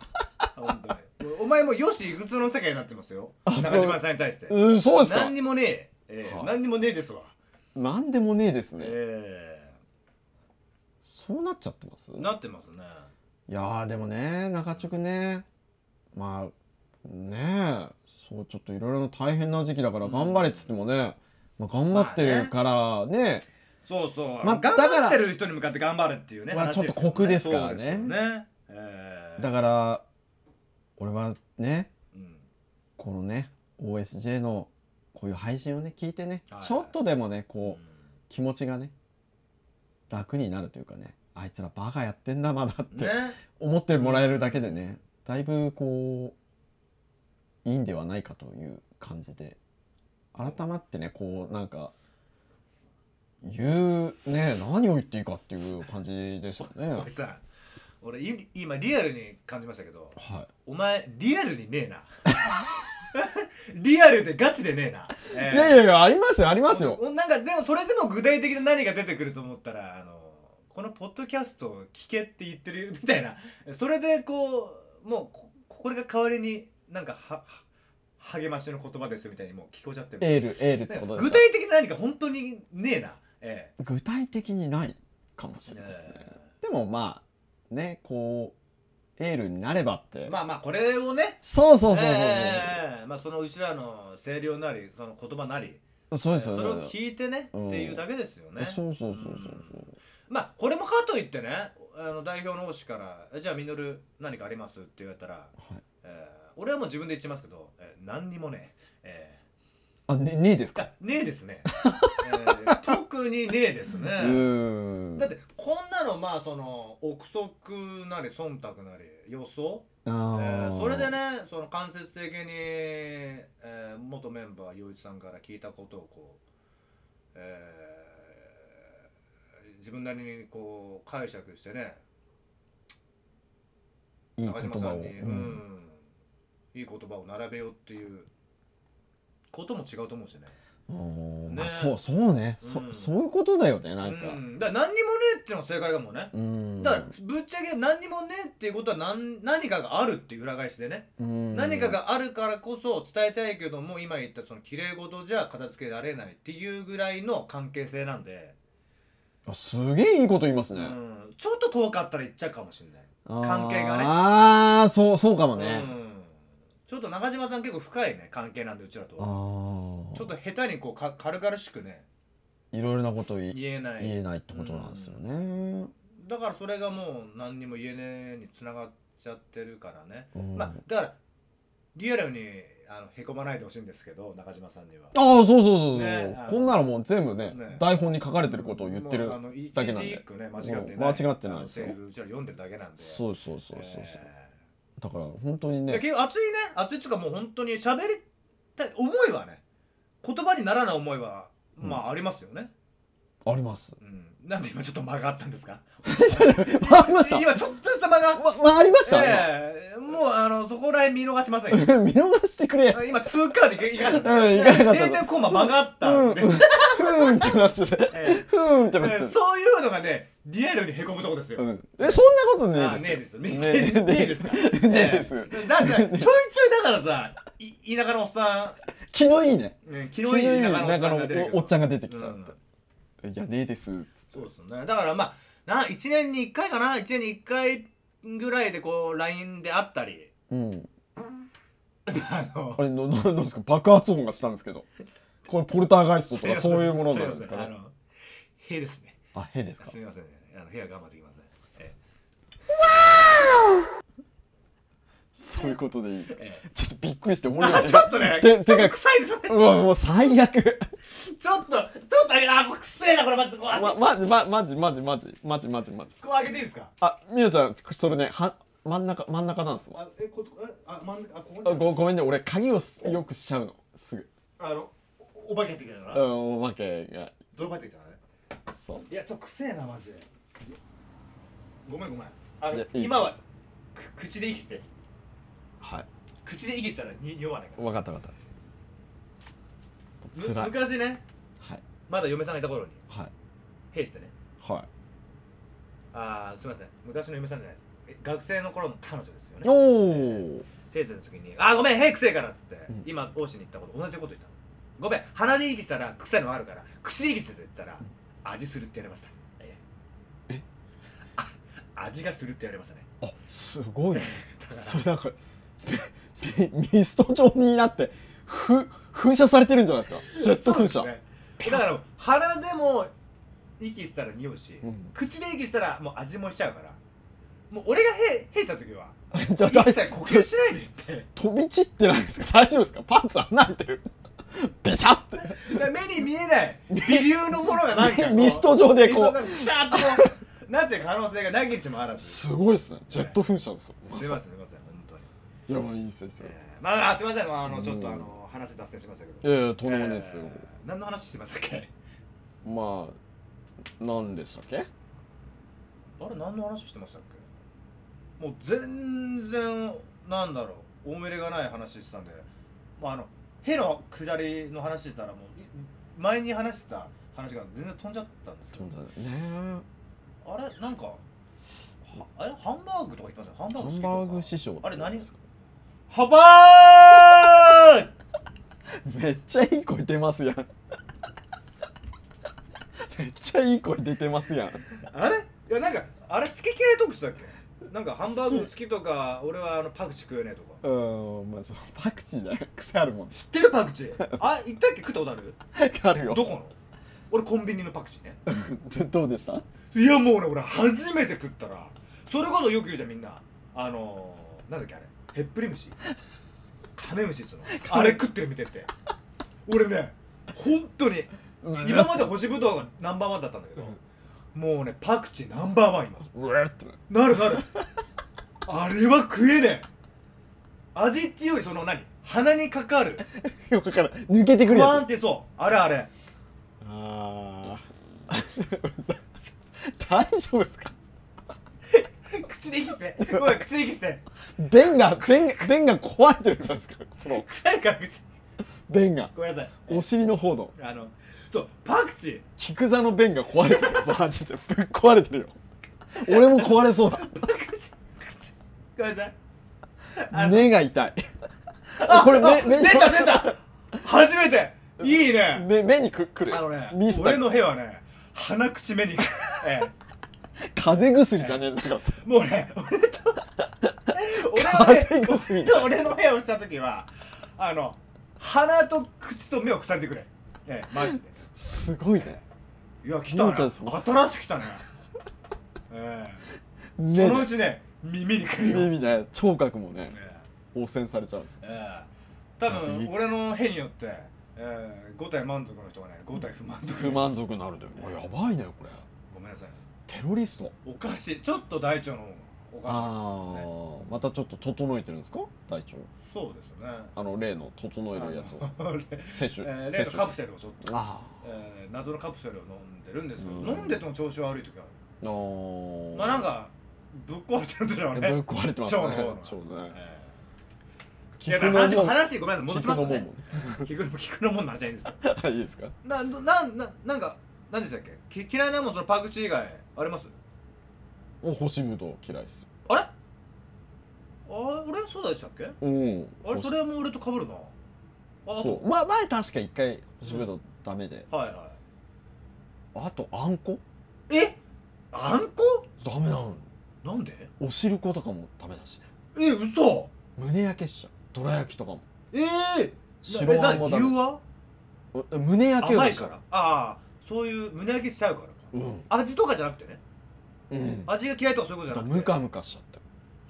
A: 本当にお前もよしいくつの世界になってますよ中島さんに対して
B: うんそうですか
A: 何にもねえええ
B: はい
A: 何にもねえですわ
B: 何でもねえですね、
A: え
B: そうなっちゃってます
A: えなってますね
B: いやーでもね中直ねまあねえそうちょっといろいろ大変な時期だから頑張れっつってもね、まあ、頑張ってるからね,、
A: そうそう、
B: まあ
A: 頑
B: だか
A: 張
B: ら
A: ってる人に向かって頑張るっていうね、
B: まあ
A: 話
B: ちょっと酷ですか
A: そ
B: らね
A: うですよねえー
B: だから俺はね
A: うん
B: このね OSJ のこういう配信をね聞いてね、
A: はい
B: ちょっとでもね
A: う
B: こうん気持ちがね楽になるというかねあいつらバカやってんだまだって、
A: ね
B: 思ってもらえるだけでねだいぶこういいんではないかという感じで改まってねこうなんか言うね何を言っていいかっていう感じですよね。
A: おじさん俺い今リアルに感じましたけど
B: は
A: お前リアルにねえな リアルでガチでねえな、ええ
B: い、いやいやいやありますよありますよ。
A: おなんかでもそれでも具体的な何が出てくると思ったらあのこのポッドキャストを聞けって言ってるみたいなそれでこうもうここれが代わりになんかはは励ましの言葉ですみたいにもう聞こえちゃってる
B: エールエールってことです
A: 具
B: か
A: 体的な何か本当にねえなえ
B: 具体的にないかもし
A: え
B: れないですね。でもまあねこうエールになればって、
A: まあまあこれをね
B: そうそうそうそうそう、
A: ええまあそのうちらの声量なりその言葉なり
B: そうです
A: そ
B: よ
A: れを
B: ね。
A: 聞いてね、
B: うん
A: っていうだけですよね
B: そうそうそうそうそう。
A: まあこれもかといってねあの代表の王子からえ「じゃあミノル何かあります?」って言われたら、
B: はい
A: えー俺はもう自分で言っちゃいますけど、えー何にもねえ
B: あねねえです
A: ー
B: か。
A: あねえですね、え ー特にねえです
B: う
A: ね
B: ーん。
A: だってこんなのまあその憶測なり忖度なり予想、え
B: あ
A: ー
B: ー
A: それでねその間接的に、えー元メンバー陽一さんから聞いたことをこう、えー自分なりにこう解釈してね
B: いい
A: 高
B: 言
A: 島
B: 葉
A: さ
B: を、
A: んに、う
B: うん
A: ん、いい言葉を並べようっていうことも違うと思うしね
B: うん
A: ね
B: まあそうそうね、
A: う
B: そ
A: ん
B: そういうことだよねなんか
A: う、ん、だから何にもねえっていうのが正解かもね
B: う、ん、
A: だからぶっちゃけ何にもねえっていうことは何何かがあるっていう裏返しでね、
B: うん
A: 何かがあるからこそ伝えたいけども今言ったその綺麗事じゃ片付けられないっていうぐらいの関係性なんで、
B: あすげえいいこと言います
A: う
B: ね、
A: ん、ちょっと遠かったら言っちゃうかもしれない、
B: あー
A: 関係がね
B: ああそうそうかもね
A: う、ん、ちょっと中島さん結構深いね関係なんでうちらとは
B: ああ
A: ちょっと下手にこうか軽々しくね
B: いろいろなことを言
A: 言えない
B: 言えないってことなんですよね、
A: だからそれがもう何にも言えねえにつながっちゃってるからね、
B: うん
A: まあだからリアルにあのへこまないでほしいんですけど中島さんには
B: ああそうそうそうそう、
A: ねあの
B: こんなのもう全部ね
A: ね
B: 台本に書かれてることを言ってる
A: もうあの一
B: だけなん
A: 字
B: で
A: 一句ね間違って
B: う
A: ない
B: ん間違ってないですよ
A: あのセリフうちら読んでるだけなんで
B: そうそうそうそうそう、
A: え
B: だから本当に
A: ーい
B: ね
A: や結構熱いね熱いっていうかもう本当に喋りたい思いはね言葉にならない思いはまあありますよね、
B: あり ます
A: うんなんで今ちょっと間があったんです か
B: あ りました
A: 今ちょっとした間が
B: ままあありました、
A: ええもうあのそこら辺見逃しませんよ
B: 今 見逃してくれ
A: 今通過でいかなかった
B: うんいかなかった
A: 0.5コンマ曲がったんで、
B: うんふーんってなってて
A: え
B: ふーんって
A: え
B: なって
A: ええ
B: て
A: そういうのがねリアルにへこむとこですよ、
B: うんえそんなことね
A: あ
B: え
A: あね
B: です
A: えですよね
B: ね
A: え
B: え
A: ねえですか
B: ねえです
A: ええだからちょいちょいだからさい田舎のおっさ
B: 昨日いいね
A: ん、ね、昨
B: 昨
A: 日
B: 日いい
A: いい田
B: ね
A: 舎のお
B: な
A: っ
B: ん
A: さ
B: かの
A: んが出るけど
B: おおっちゃんが出てきちゃ
A: うん
B: うといやねえです
A: そうですねだからまあな1年に1回かな1年に1回ぐらいでこう LINE で会ったり
B: うん
A: あの
B: あれののなんですか爆発音がしたんですけどこれポルターガイストとかそういうものなんですか
A: いませ
B: ね
A: んあの塀ですね
B: あへえですか
A: すみませんねあの部屋我慢できませんえ
B: そういうことでいいですか
A: え
B: ちょっとびっく りして思い
A: あちょっとね
B: 手手が
A: 臭いですね
B: うわもう最悪
A: ちょっとちょっとあもうくせえなこれマジでこう開け
B: まマジまマジマジマジマジマジマジ
A: こう開けていいですか
B: あみゆちゃんそれねは真ん中真ん中なんですわ
A: あえこえあ真ん中あここに
B: あごごめんね俺鍵をすよくしちゃうのすぐ
A: あの、おお化けって言うか
B: う
A: ら、
B: んお化けが
A: 泥棒って言うからね。
B: そう
A: いや、ちょっとくせえな、マジで。ごめん、ごめん。あ
B: い
A: の
B: や、いいっす
A: 今はい
B: いっす
A: く口で息して、
B: はい
A: 口で息したらに酔わないから。
B: 分かった分かったつらい
A: む昔ね、
B: はい
A: まだ嫁さんがいた頃に、
B: はい
A: 兵してね。
B: は
A: あー、すみません。昔の嫁さんじゃないです。え学生の頃の彼女ですよ
B: い
A: ね。
B: おお
A: 兵しての時に、あー、ごめん、兵くせえからっつって、
B: ん
A: 今、王子に言ったこと、同じこと言ったの。ごめん、鼻で息したら臭いのあるから、口で息してって言ったら、味するって言われました。えあ味がするって言われましたね。
B: あすご いねそれなんかみみミスト状になってふ噴射されてるんじゃないですかジェット噴射
A: そうですねだから腹でも息したら匂うし、
B: うん
A: 口で息したらもう味もしちゃうからもう俺がへ閉した時は
B: じゃあ
A: 一
B: だ
A: 切呼吸しないでって
B: 飛び散ってないですか大丈夫ですかパンツ穴開いてるビシャって
A: で目に見えない微粒のものがなんかこう
B: ミスト状でこ
A: ミスト
B: う
A: がピシャッとこ うなってる可能性が何日もあらずす
B: すごいですねジェット噴射ですよ
A: みませんすみません本当に、
B: いやもういいですよいいですよ
A: えー、まあすみませんあのちょっとあの話脱線しましたけど
B: いやいやとんでもないですよ、
A: えー何の話してましたっけ
B: まあ何でしたっけ
A: あれ何の話してましたっけもう全然なんだろう大めれがない話してたんでまああのヘの下りの話してたらもう前に話してた話が全然飛んじゃったんですよ
B: 飛んだね
A: あれなんかはあれハンバーグとか言ってましたよハンバー
B: ハ
A: グ好き
B: ン
A: とか
B: バーグ師匠
A: あれ何
B: ですか
A: ハバーグ
B: めっちゃいい声出ますやん めっちゃいい声出てますやん
A: あれいやなんかあれ好き嫌いトークしたっけなんかハンバーグ好きとか俺はあのパクチー食えねえとか
B: うんまあそのパクチーだよ癖あるもん
A: 知ってるパクチーあ言ったっけ食ったことある
B: あるよ
A: どこの俺コンビニのパクチーね
B: でどうでした
A: いやもうね俺初めて食ったらそれこそよく言うじゃんみんなあのー、なんだっけあれへっぷり虫カメムシっつうのあれ食ってるみたいって俺ね本当に今まで干しぶどうがナンバーワンだったんだけどもうねパクチーナンバーワン今
B: うわーってな
A: なるなるあれは食えねえ味っていうよりその何鼻にかかる
B: る分からん抜けてく
A: 不
B: る
A: 安
B: や
A: っ
B: つ
A: てそうあれあれ
B: あー 大丈夫ですか
A: 口で息してごめん口で息して
B: 弁が弁が弁が壊れてるじゃないですかその
A: 臭いから口
B: 弁が
A: ごめんなさい
B: お尻の方の
A: あのそうパクチー
B: 菊座の弁が壊れてるマジでぶっ壊れてるよ俺も壊れそうだ
A: ごめんなさいあの
B: 目が痛いこれ目目
A: 出た出た初めていいね
B: 目目にくくる
A: あのね
B: ミスタ
A: 俺
B: ー
A: の部屋はね鼻口目に、ええ、
B: 風邪薬じゃねえんだからさ
A: もうね俺 と俺は
B: 風
A: ね
B: 邪薬だ
A: 俺の部屋をした時はあの鼻と口と目を塞いでくれええマジです
B: ごいね
A: いや来たね
B: みーちゃんそう
A: 新しく来たねええ
B: 目
A: そのう
B: ね
A: ちね耳に来るよ、え
B: 耳ね聴覚もね
A: え
B: 汚染されちゃうんです
A: ええ多
B: なん
A: 分
B: かいい
A: 俺の屁によって、ええ、5体満足の人がね5体不満足
B: 不満足になるでやばいねこれ
A: ごめんなさい
B: テロリスト
A: おかしいちょっと大腸の方がおか
B: ああまたちょっと整えてるんですか大腸
A: しいそうですよね
B: あの例の整えるやつを
A: あの
B: 摂取
A: えー例の
B: 摂取
A: カプセルをちょっと、
B: あ
A: えー謎のカプセルを飲んでるんですけど、
B: うん
A: 飲んでても調子悪い時ある
B: あー
A: まあなんかぶっ壊れてるんでしょう
B: ぶっ
A: ね、
B: 壊れてますね
A: 腸の方の
B: 腸ね
A: えーい
B: 聞
A: や
B: く
A: だ
B: の
A: から話
B: も
A: 話ごめんなさい戻しまし
B: 聞く
A: た
B: のも
A: ね聞くのも聞くのもんなっちゃいいんですよ
B: はいいいですか
A: などなななんか何でしたっけき嫌いなもんそのパクチー以外あります
B: お干しぶどう嫌いです
A: あれあ俺そうでしたっけあ
B: うん
A: れそれはもう俺と被るなあ
B: そうま前確か一回干しぶどうダメで
A: うはいは
B: あとあんこ
A: いえあんこ
B: ダメなの
A: なんで
B: おしることかもダメだしね
A: え嘘
B: 胸焼けしちゃうどら焼きとかも
A: ええ
B: 白あんも
A: な
B: ダ
A: 理由
B: メ
A: は
B: え胸焼けは
A: 甘いからああそういう胸焼けしちゃうからか
B: うん
A: 味とかじゃなくてね
B: うん
A: 味が嫌いとかそういうことじゃなく
B: ム
A: て
B: カムカしちゃって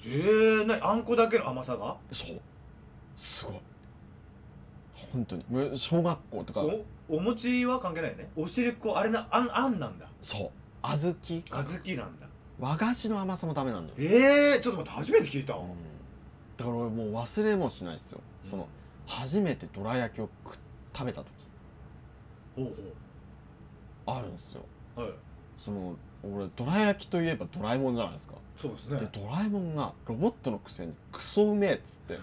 A: ええなにあんこだけの甘さが
B: そうすごい本当にむ小学校とか
A: おお餅は関係ないよねおしるこあれなあんあんなんだ
B: そう小豆か
A: 小豆なんだ
B: 和菓子の甘さもダメなんだよ
A: ええちょっと待って初めて聞いた
B: うんだから俺もう忘れもしないですよ、その初めてどら焼きを食食べた時
A: ほう
B: あるんですよ
A: ほうはい
B: その俺どら焼きといえばドラえもんじゃないですか
A: そうです
B: で
A: ね
B: ドラえもんがロボットのくせにクソうめえっつって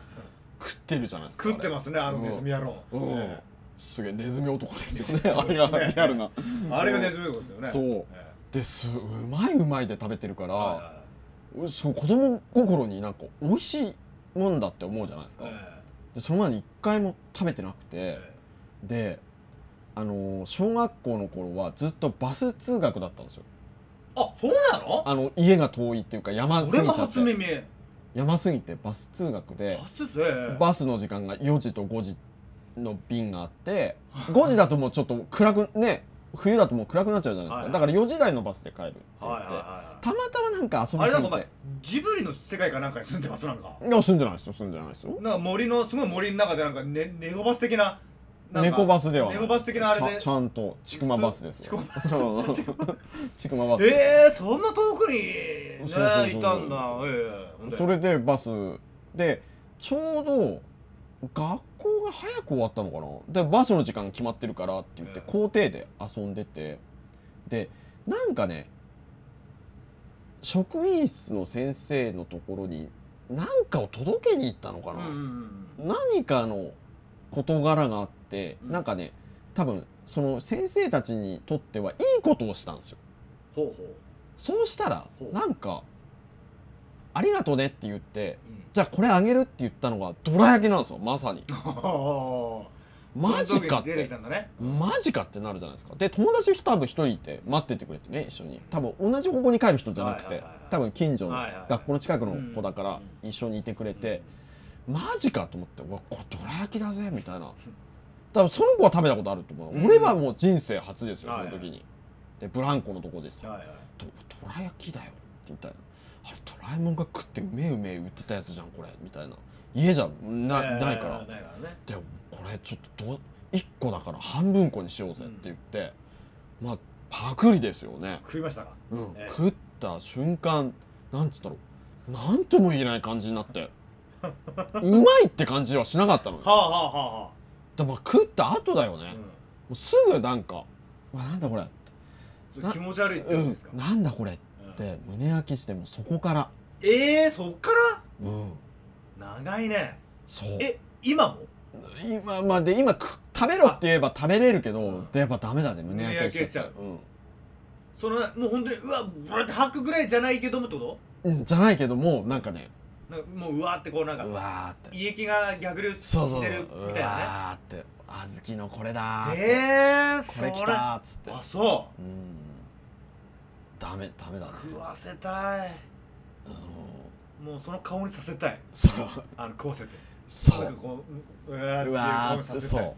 B: 食ってるじゃないですか
A: 食って
B: す
A: ますねあの
B: うん
A: ネズミ野郎
B: うん
A: え
B: すげえネズミ男ですよねあれがリアルな
A: えあれがネズミ男ですよね
B: そう
A: え
B: ですうまいうまいで食べてるか
A: え
B: らそう子供心になんか美味しいもんだって思うじゃないですか
A: はいはいはい
B: でその前に一回も食べてなくて
A: え
B: であのー小学校の頃はずっとバス通学だったんですよ
A: えあそうなの
B: あの家が遠いっていうか山す
A: 俺
B: ぎ
A: も
B: ちゃっ
A: 初
B: て
A: 耳
B: 山すぎてバス通学で
A: 初ですええ
B: バスの時間が4時と5時の便があって5時だ ともうちょっと暗くね冬だともう暗くなっちゃうじゃないです
A: はいは
B: か
A: い
B: だから4時台のバスで帰るって言
A: はい
B: っ
A: はい
B: て
A: はい
B: たまたまなんか遊
A: あ
B: び
A: れ
B: す
A: なんかお
B: ぎて
A: 前ジブリの世界かなんかに住んでますなんか
B: いや住んでないですよ住んでないですよ
A: なんか森のすごい森の中でなんかねネゴバス的ななんか
B: 猫バスではない
A: 猫バス的なあれ
B: ち
A: で
B: ゃちゃんとちくまバスです
A: ちく
B: よ
A: ま
B: ちくまバスです
A: えー、そんな遠くにね
B: そうそうそう
A: いたんだええ
B: それでバスでちょうど学校が早く終わったのかなでバスの時間決まってるからって言って
A: うん
B: 校庭で遊んでてでなんかね職員室の先生のところに何かを届けに行ったのか
A: うん
B: な、
A: うんうん
B: 何かの事柄があって、
A: うん
B: なんかね多分その先生たちにとってはいいことをしたんですよ
A: ほうほ
B: そうしたら
A: ほう
B: なんか「ありがとうね」って言って
A: う、うん
B: じゃあこれあげるって言ったのがどら焼きなんですよ まさにマジかっ
A: 出てき
B: て
A: たんだね
B: マジかってなるじゃないですかで友達人多分一人いて待っててくれてね一緒に多分同じここに帰る人じゃなく
A: はい
B: て
A: はいはいはい
B: 多分近所の
A: はいはいはい
B: 学校の近くの子だか
A: うん
B: ら一緒にいてくれてマジかと思ってうわこれどら焼きだぜみたいな多分その子は食べたことあると思う、
A: うん
B: 俺はもう人生初ですよ
A: は
B: そ
A: い
B: の
A: はい
B: 時に、でブランコのとこでさ
A: うんはいはい
B: ど「どら焼きだよ」って言ったら「あれドラえもんが食ってうめえうめえ売ってたやつじゃんこれ」みたいな家じゃな,、
A: えー
B: ないから
A: ないからね
B: でもこれちょっとど1個だから半分こにしようぜって言って、まあパクリですよね、
A: 食いましたか
B: うん
A: ええ
B: 食った瞬間なんつったろうなんとも言えない感じになってうまいって感じはしなかったのよ
A: はあはあはあは
B: でもまあ食った後だよね、
A: あ
B: も
A: うん
B: うすぐなんか「うわなんだこれ」
A: それ
B: な
A: 気持ち悪いって
B: う
A: 言うん
B: ん
A: ですか、
B: なんだこれ」っ
A: うん
B: て胸焼きしてもうそこから
A: ええそっから
B: うん
A: 長いね
B: そう
A: え今も
B: 今まあで今く食べろって言えば食べれるけど、
A: うん
B: でやっぱダメだね胸焼けしちゃっ
A: 胸
B: たうん
A: そのもう本当にうわブワーって吐くぐらいじゃないけどもってこ
B: うん、じゃないけどもうなんかね
A: となんかもううわーってこうなん
B: う
A: か
B: わーって
A: 胃液が逆流して
B: そうそうそう
A: るみたいうな
B: わーって小豆のこれだーっ
A: ね
B: て、
A: ええ
B: これきたーっつって
A: あそ
B: うんダメダメだね
A: う食わせたい
B: うん
A: もうその顔にさせたい
B: そう
A: あの食わせて
B: そ
A: なん
B: う
A: かこうううわーって
B: う
A: いう
B: わ
A: 顔
B: ー
A: に
B: っ
A: さ
B: て
A: せたい
B: そ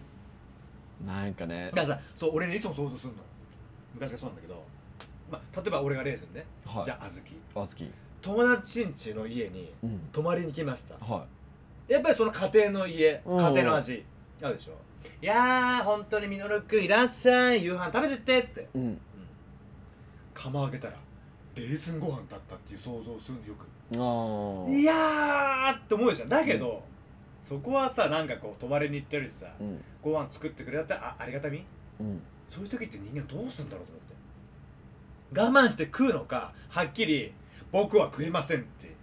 B: うなんかね
A: だからさそう俺ねいつも想像するの昔がそうなんだけど、まあ、例えば俺がレーズンね、
B: はい
A: じゃあ小
B: 小豆
A: 豆友達ん家の家に
B: うん
A: 泊まりに来ました
B: は
A: やっぱりその家庭の家
B: う
A: 家
B: ん
A: 庭の味あるでしょいやー本当にみのるくんいらっしゃい夕飯食べてってっつって、
B: いうん
A: うん、釜開けたらレーズンご飯だったっていう想像するのよく
B: あー
A: いやーって思うじゃんだけど、そこはさなんかこう泊まりに行ってるしさ、
B: うん
A: ご飯作ってくれたってあありがたみ
B: うん
A: そういう時って人間どうするんだろうと思って我慢して食うのかはっきり「僕は食いません」って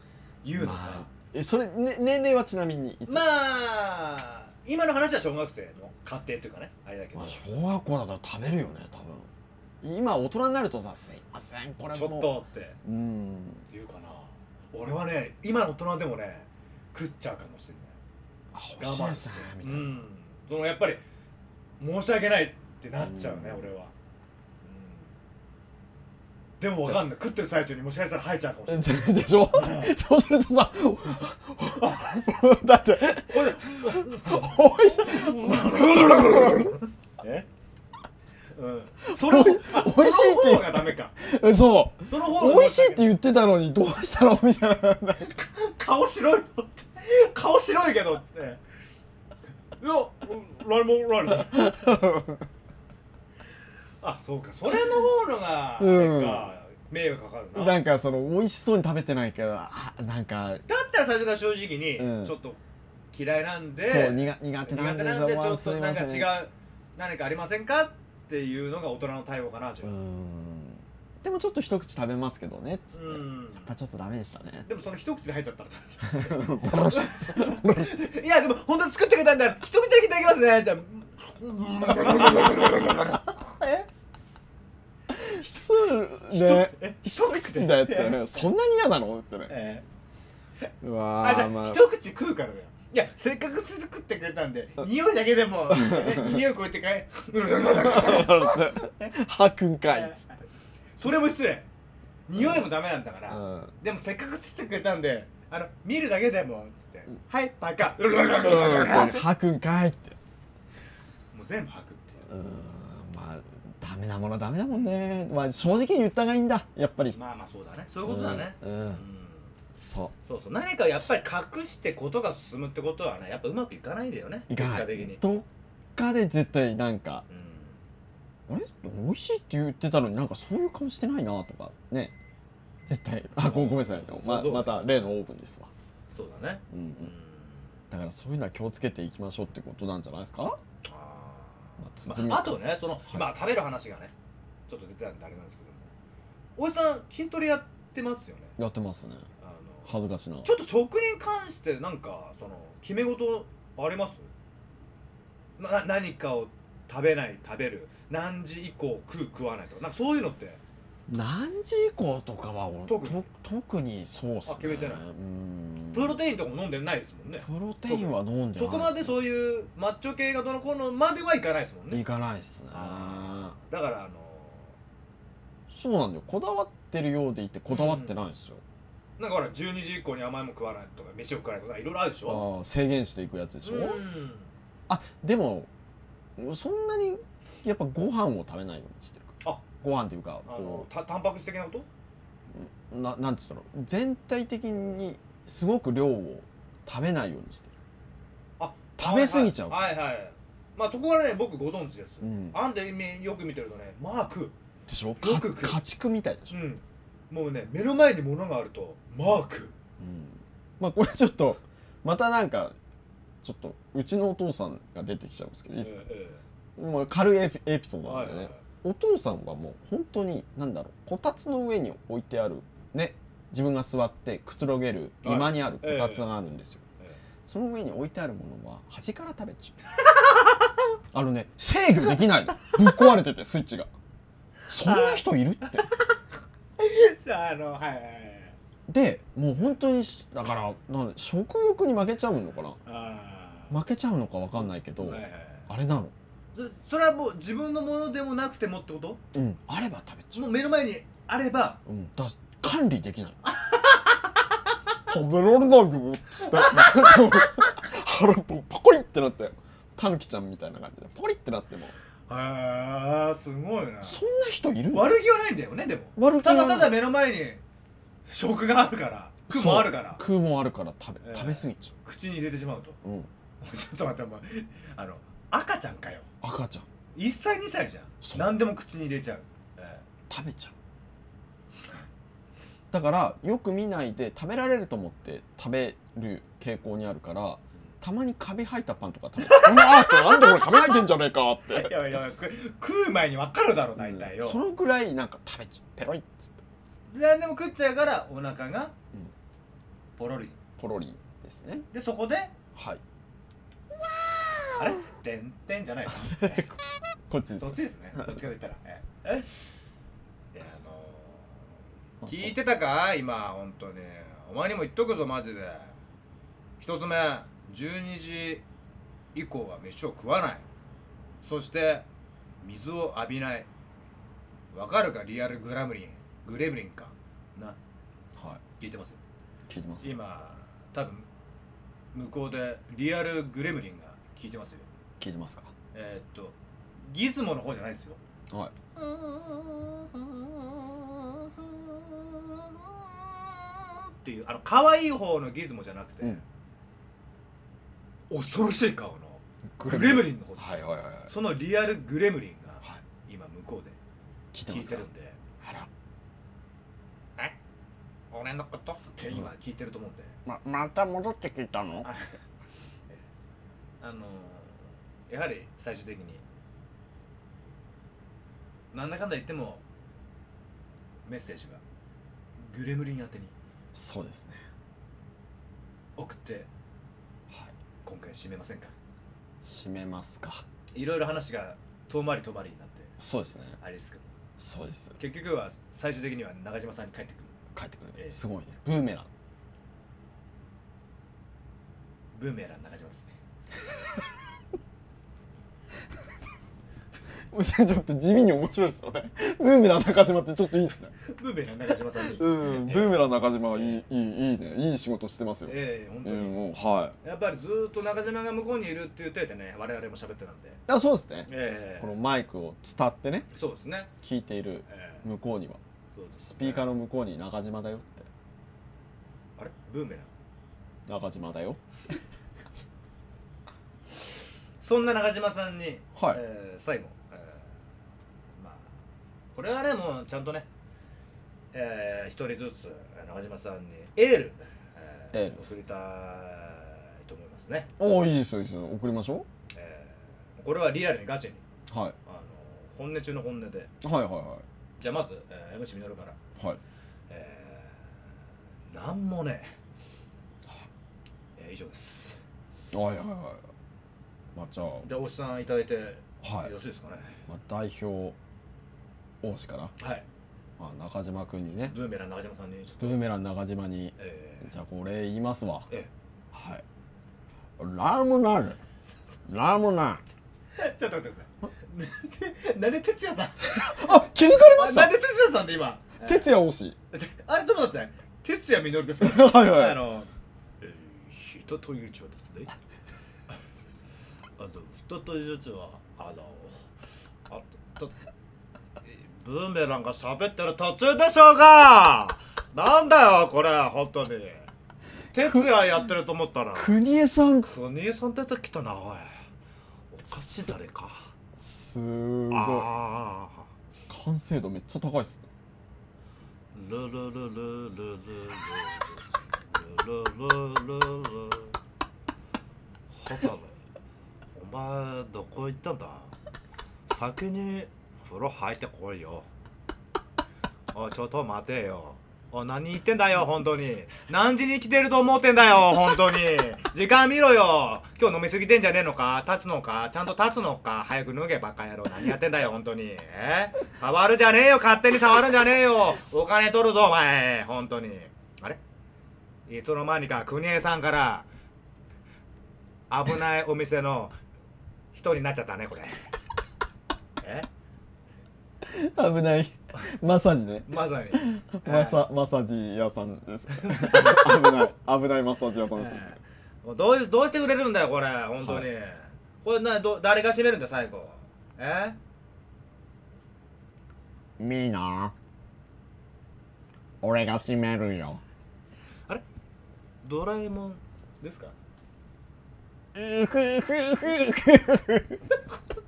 A: 言うのか、
B: まあえそれ、ね、年齢はちなみにいつ
A: まあ今の話は小学生の家庭というかねあれだけど、
B: まあ、小学校だったら食べるよね多分今大人になるとさ「すいませんこれも
A: ちょっとって
B: うん
A: 言うかな俺はね今の大人でもね食っちゃうかもしれ
B: あ欲
A: ない
B: しい
A: 我慢
B: で
A: し
B: す
A: て
B: ねみた
A: う
B: いな、
A: んそのやっぱり申し訳ないってなっちゃうね、
B: うん
A: 俺は、うん、でもわかんない食ってる最中にもしかしたら吐いちゃうかもしれ
B: え
A: ない
B: でしょ、そうすると さだって
A: これ
B: おいし
A: えうん、その
B: おい
A: あ
B: おいしいって
A: その方がダメか
B: いそ
A: その方
B: う
A: が
B: 美味しいって言ってたのにどうしたのみたいな
A: 顔白いのって顔白いけどっつっていや何も何も あそうかそれの方のが、
B: う
A: なん
B: ん
A: か迷惑かかるな
B: なんかその美味しそうに食べてないけどあなんか
A: だったら最初から正直に、
B: うん
A: ちょっと嫌いなんで
B: そう苦苦手な
A: 苦
B: ん
A: 手
B: で
A: なんでちょっ
B: す
A: と
B: い
A: な
B: ま
A: んか
B: せん
A: 違う何かありませんかっていうのが大人の対応かなじゃ
B: う
A: あ
B: んでもちょっと一口食べますけどねっつって、
A: う
B: や
A: ん
B: っぱちょっとダメでした ね
A: でもその一口で入っちゃったら
B: 殺して殺して
A: いやでも本当に作ってくれたんだ一口だけいただきますねって
B: そうね
A: え
B: 一口だよって
A: え
B: ねそんなに嫌なのってね
A: え
B: う
A: あ
B: わ
A: じゃ
B: ー
A: あ、
B: まあ
A: 一口食うからだよいやせっかく作ってくれたん で匂いだけでもえ匂いこうやってかい
B: はくんかいっつって
A: それも失礼匂いもダメなんだか
B: う
A: ら、
B: ん
A: でもせっかく作ってくれたんであの見るだけでもつって、
B: ん
A: はいバカ
B: はくんかいって
A: もう全部吐くっていう
B: うんまあダメなものはダメだもんねまあ正直に言った方がいいんだやっぱり
A: まあまあそうだねそういうことだね
B: うんう
A: うんん
B: そ
A: そうそう何かやっぱり隠してことが進むってことはねやっぱうまくいかないんだよね
B: ういかな
A: 結果的
B: い
A: に
B: どっかで絶対なんか
A: うん
B: あれ美味しいって言ってたのになんかそういう顔してないなとかね絶対あごごめんなさい、ま
A: そう
B: また例のオーブンですわ、
A: そうだね
B: うんう、
A: うんん
B: だからそういうのは気をつけていきましょうってことなんじゃないですか、ま
A: あー
B: あ、包み
A: まあ、あとねその、
B: い
A: まあ食べる話がねちょっと出てたんであれなんですけども大井さん筋トレやってますよね
B: やってますね
A: あの
B: 恥ずかしな
A: ちょっと食に関してなんかその決め事ありますなな何かを食べない食べる何時以降食う食わないとかなんかそういうのって
B: 何時以降とかは俺
A: 特
B: 特
A: に
B: に特にそうっすね
A: あ決めてない
B: うん
A: プロテインとかも飲んでないですもんね
B: プロテインは飲んで
A: そこまで
B: う
A: そういうマッチョ系がどのこうのまではいかないですもん
B: い
A: ね
B: かないっすね
A: あだからあの
B: そうなんだよこだわってるようでいてこだわってないんですよ、
A: なんかほら12時以降に甘いもん食わないとか飯を食わないとかいろいろあるでしょ
B: あー制限していくやつでしょ、
A: うん
B: あでもそんなにやっぱご飯を食べないようにしてるから
A: あ
B: ご飯っていうか
A: あの
B: こ
A: たタンパク質的なこと
B: うななんつうの全体的にすごく量を食べないようにしてる
A: あ
B: 食べ過ぎちゃう、
A: はいはい、はいはいまあそこはね僕ご存知です、
B: うん、
A: あんたみよく見てるとねマーク、
B: でしょ
A: く
B: か
A: 食う
B: 家畜みたいでし
A: う
B: ょ、
A: ん、もうね目の前に物があるとマーク
B: うんまあこれちょっとまたなんかちょっとうちのお父さんが出てきちゃうんですけどいいですか、
A: え
B: もう軽いエピエピソー
A: え
B: ドな
A: はい
B: んで
A: は
B: ね、
A: いはい
B: お父さんはもう本当に何だろうこたつの上に置いてあるね自分が座ってくつろげる
A: はい
B: 居間にあるこたつがあるんですよ、
A: ええ
B: その上に置いてあるものは端から食べちゃう あのね制御できないのぶっ壊れててスイッチがそんな人いるって
A: じ ゃああのはいはいはい
B: でもう本当にしだからなんだ食欲に負けちゃうのかな
A: あ
B: 負けちゃうのかわかんないけ
A: あ
B: ど、
A: はいはいはい
B: あれなの
A: そそれはもう自分のものでもなくてもってこと
B: うんあれば食べちゃう
A: もう目の前にあれば
B: うん、だ管理できない食べられないよっつって腹ポパコリってなってたぬきちゃんみたいな感じでポリってなっても
A: へえすごいな
B: そんな人いる
A: 悪気はないんだよねでも
B: 悪気
A: た
B: はな
A: だ
B: い
A: ただ目の前に食があるから食もあるから
B: 食うもんあるから食べ,、
A: ええ
B: 食べ過ぎちゃ
A: 口に入れてしまうと
B: う、うん、
A: ちょっと待ってお前あの赤ちゃんかよ
B: 赤ちゃん
A: 1歳2歳じゃん
B: そう
A: 何でも口に入れちゃう、え
B: 食べちゃうだからよく見ないで食べられると思って食べる傾向にあるからたまにカビ生えたパンとか食べちゃううわーってなんでこれカビ生えてんじゃねえかって
A: えいやいや食 食う前に分かるだろ大体よ、
B: うんそのぐらいなんか食べちゃうペロリっつって
A: 何でも食っちゃうからお腹が
B: うん
A: ポロリ
B: ポロリですね
A: でそこで
B: はい
A: あれてんてんじゃない の
B: こっちで
A: そっちですねどっちかと言ったらえええいやあのー聞いてたか今本当にお前にも言っとくぞマジで一つ目12時以降は飯を食わないそして水を浴びないわかるかリアルグラムリングレブリンかな
B: は
A: 聞いてます
B: い聞いてます
A: 今多分向こうでリアルグレムリンが聞いてますよ
B: 聞いてますか
A: えーっとギズモの方じゃないですよ
B: はい
A: っていうあの可愛い方のギズモじゃなくて、
B: うん
A: 恐ろしい顔のグレムリンの方です
B: はいはいはいはい
A: そのリアルグレムリンが
B: はい
A: 今向こうで
B: 聞いて
A: 聞
B: ま
A: い
B: す
A: て
B: か
A: るんで
B: あら
C: 俺のこと
A: 店員は聞いてると思うんで、
C: ままた戻ってきたの
A: あのーやはり最終的になんだかんだ言ってもメッセージがグレムリン宛てに
B: そうですね
A: 送って
B: はい
A: 今回締めませんか
B: 締めますか
A: いろいろ話が遠回り遠回りになって
B: そうですね
A: あれですけど
B: そうです
A: 結局は最終的には中島さんに帰ってくる
B: 帰ってく
A: ええ
B: るすごいねブーメラン
A: ブーメラン中島ですね
B: ちょっと地味に面白いですよねブーメラン中島ってちょっといいですね
A: ブーメラン中島さんに
B: うんブーメラン中島はいいいいいいねいい仕事してますよ
A: ええ本
B: う
A: 当に、
B: んもうは
A: やっぱりずーっと中島が向こうにいるっていう体でね我々も喋ってたんで
B: いあそうですね
A: ええ
B: このマイクを伝ってね
A: そうですね、
B: 聞いている
A: ええ
B: 向こうには
A: そうですね
B: スピーカーの向こうに中島だよって
A: あれブーメラン
B: 中島だよ
A: そんな中島さんに、
B: はい
A: えー最後、えーまあ、これはねもうちゃんとね、えー一人ずつ中島さんにエール、え
B: エールです
A: 送りたいと思いますね、
B: おーいいですよいいですよ送りましょ
A: えーこれはリアルにガチに
B: う、はい、
A: あの本音中の本音で
B: はいはいは
A: じゃあまず、えー、MC みのるから、
B: いはい
A: えー、なんもねえー以上です
B: はいはいはいまあじゃあ
A: じゃあ大志さんいただいてよ
B: はい
A: ろしいですかね
B: まあ、代表王子から、
A: はい
B: まあ、中島君にね
A: ブーメラン中島さんにちょっと
B: ブーメラン中島に
A: えー
B: じゃあこれ言いますわ
A: え
B: はいなんもないなんもない
A: えちょっと待ってくださいなんでなんで哲也さん
B: あ気づかれま
A: あ
B: し
A: なん
B: た
A: で哲也さんで今
B: 哲也王子
A: えーあれちょっと待って哲也みのるです か
B: はいはい
A: あの、えー、人という字はですね あの人という字はあのあととえーブーメランが喋ってる途中でしょうがなんだよこれ本当に哲也やってると思ったら
B: 国枝さん
A: 国江さん出てきたなおいおかしい誰か
B: すごい
A: ああ
B: 完成度めっちゃ高いっすね
A: ルルルルルルルルルルルル蛍お前どこ行ったんだ先に風呂入ってこいよおいちょっと待てよおい何言ってんだよ本当に何時に来てると思ってんだよ本当に時間見ろよ今日飲みすぎてんじゃねえのか立つのかちゃんと立つのか早く脱げバカ野郎何やってんだよ本当にえ触るじゃねえよ勝手に触るんじゃねえよお金取るぞお前本当にあれいつの間にか国枝さんから危ないお店の人になっちゃったねこれえ
B: 危 ないマッサージね
A: まさに
B: マッサマッサージ屋さんです 危ない危ないマッサージ屋さんですね
A: ええどういうどうしてくれるんだよこれ本当に、これなど誰が締めるんだ最後え
C: みーな俺が閉めるよ
A: ドラえもんですか ちょっ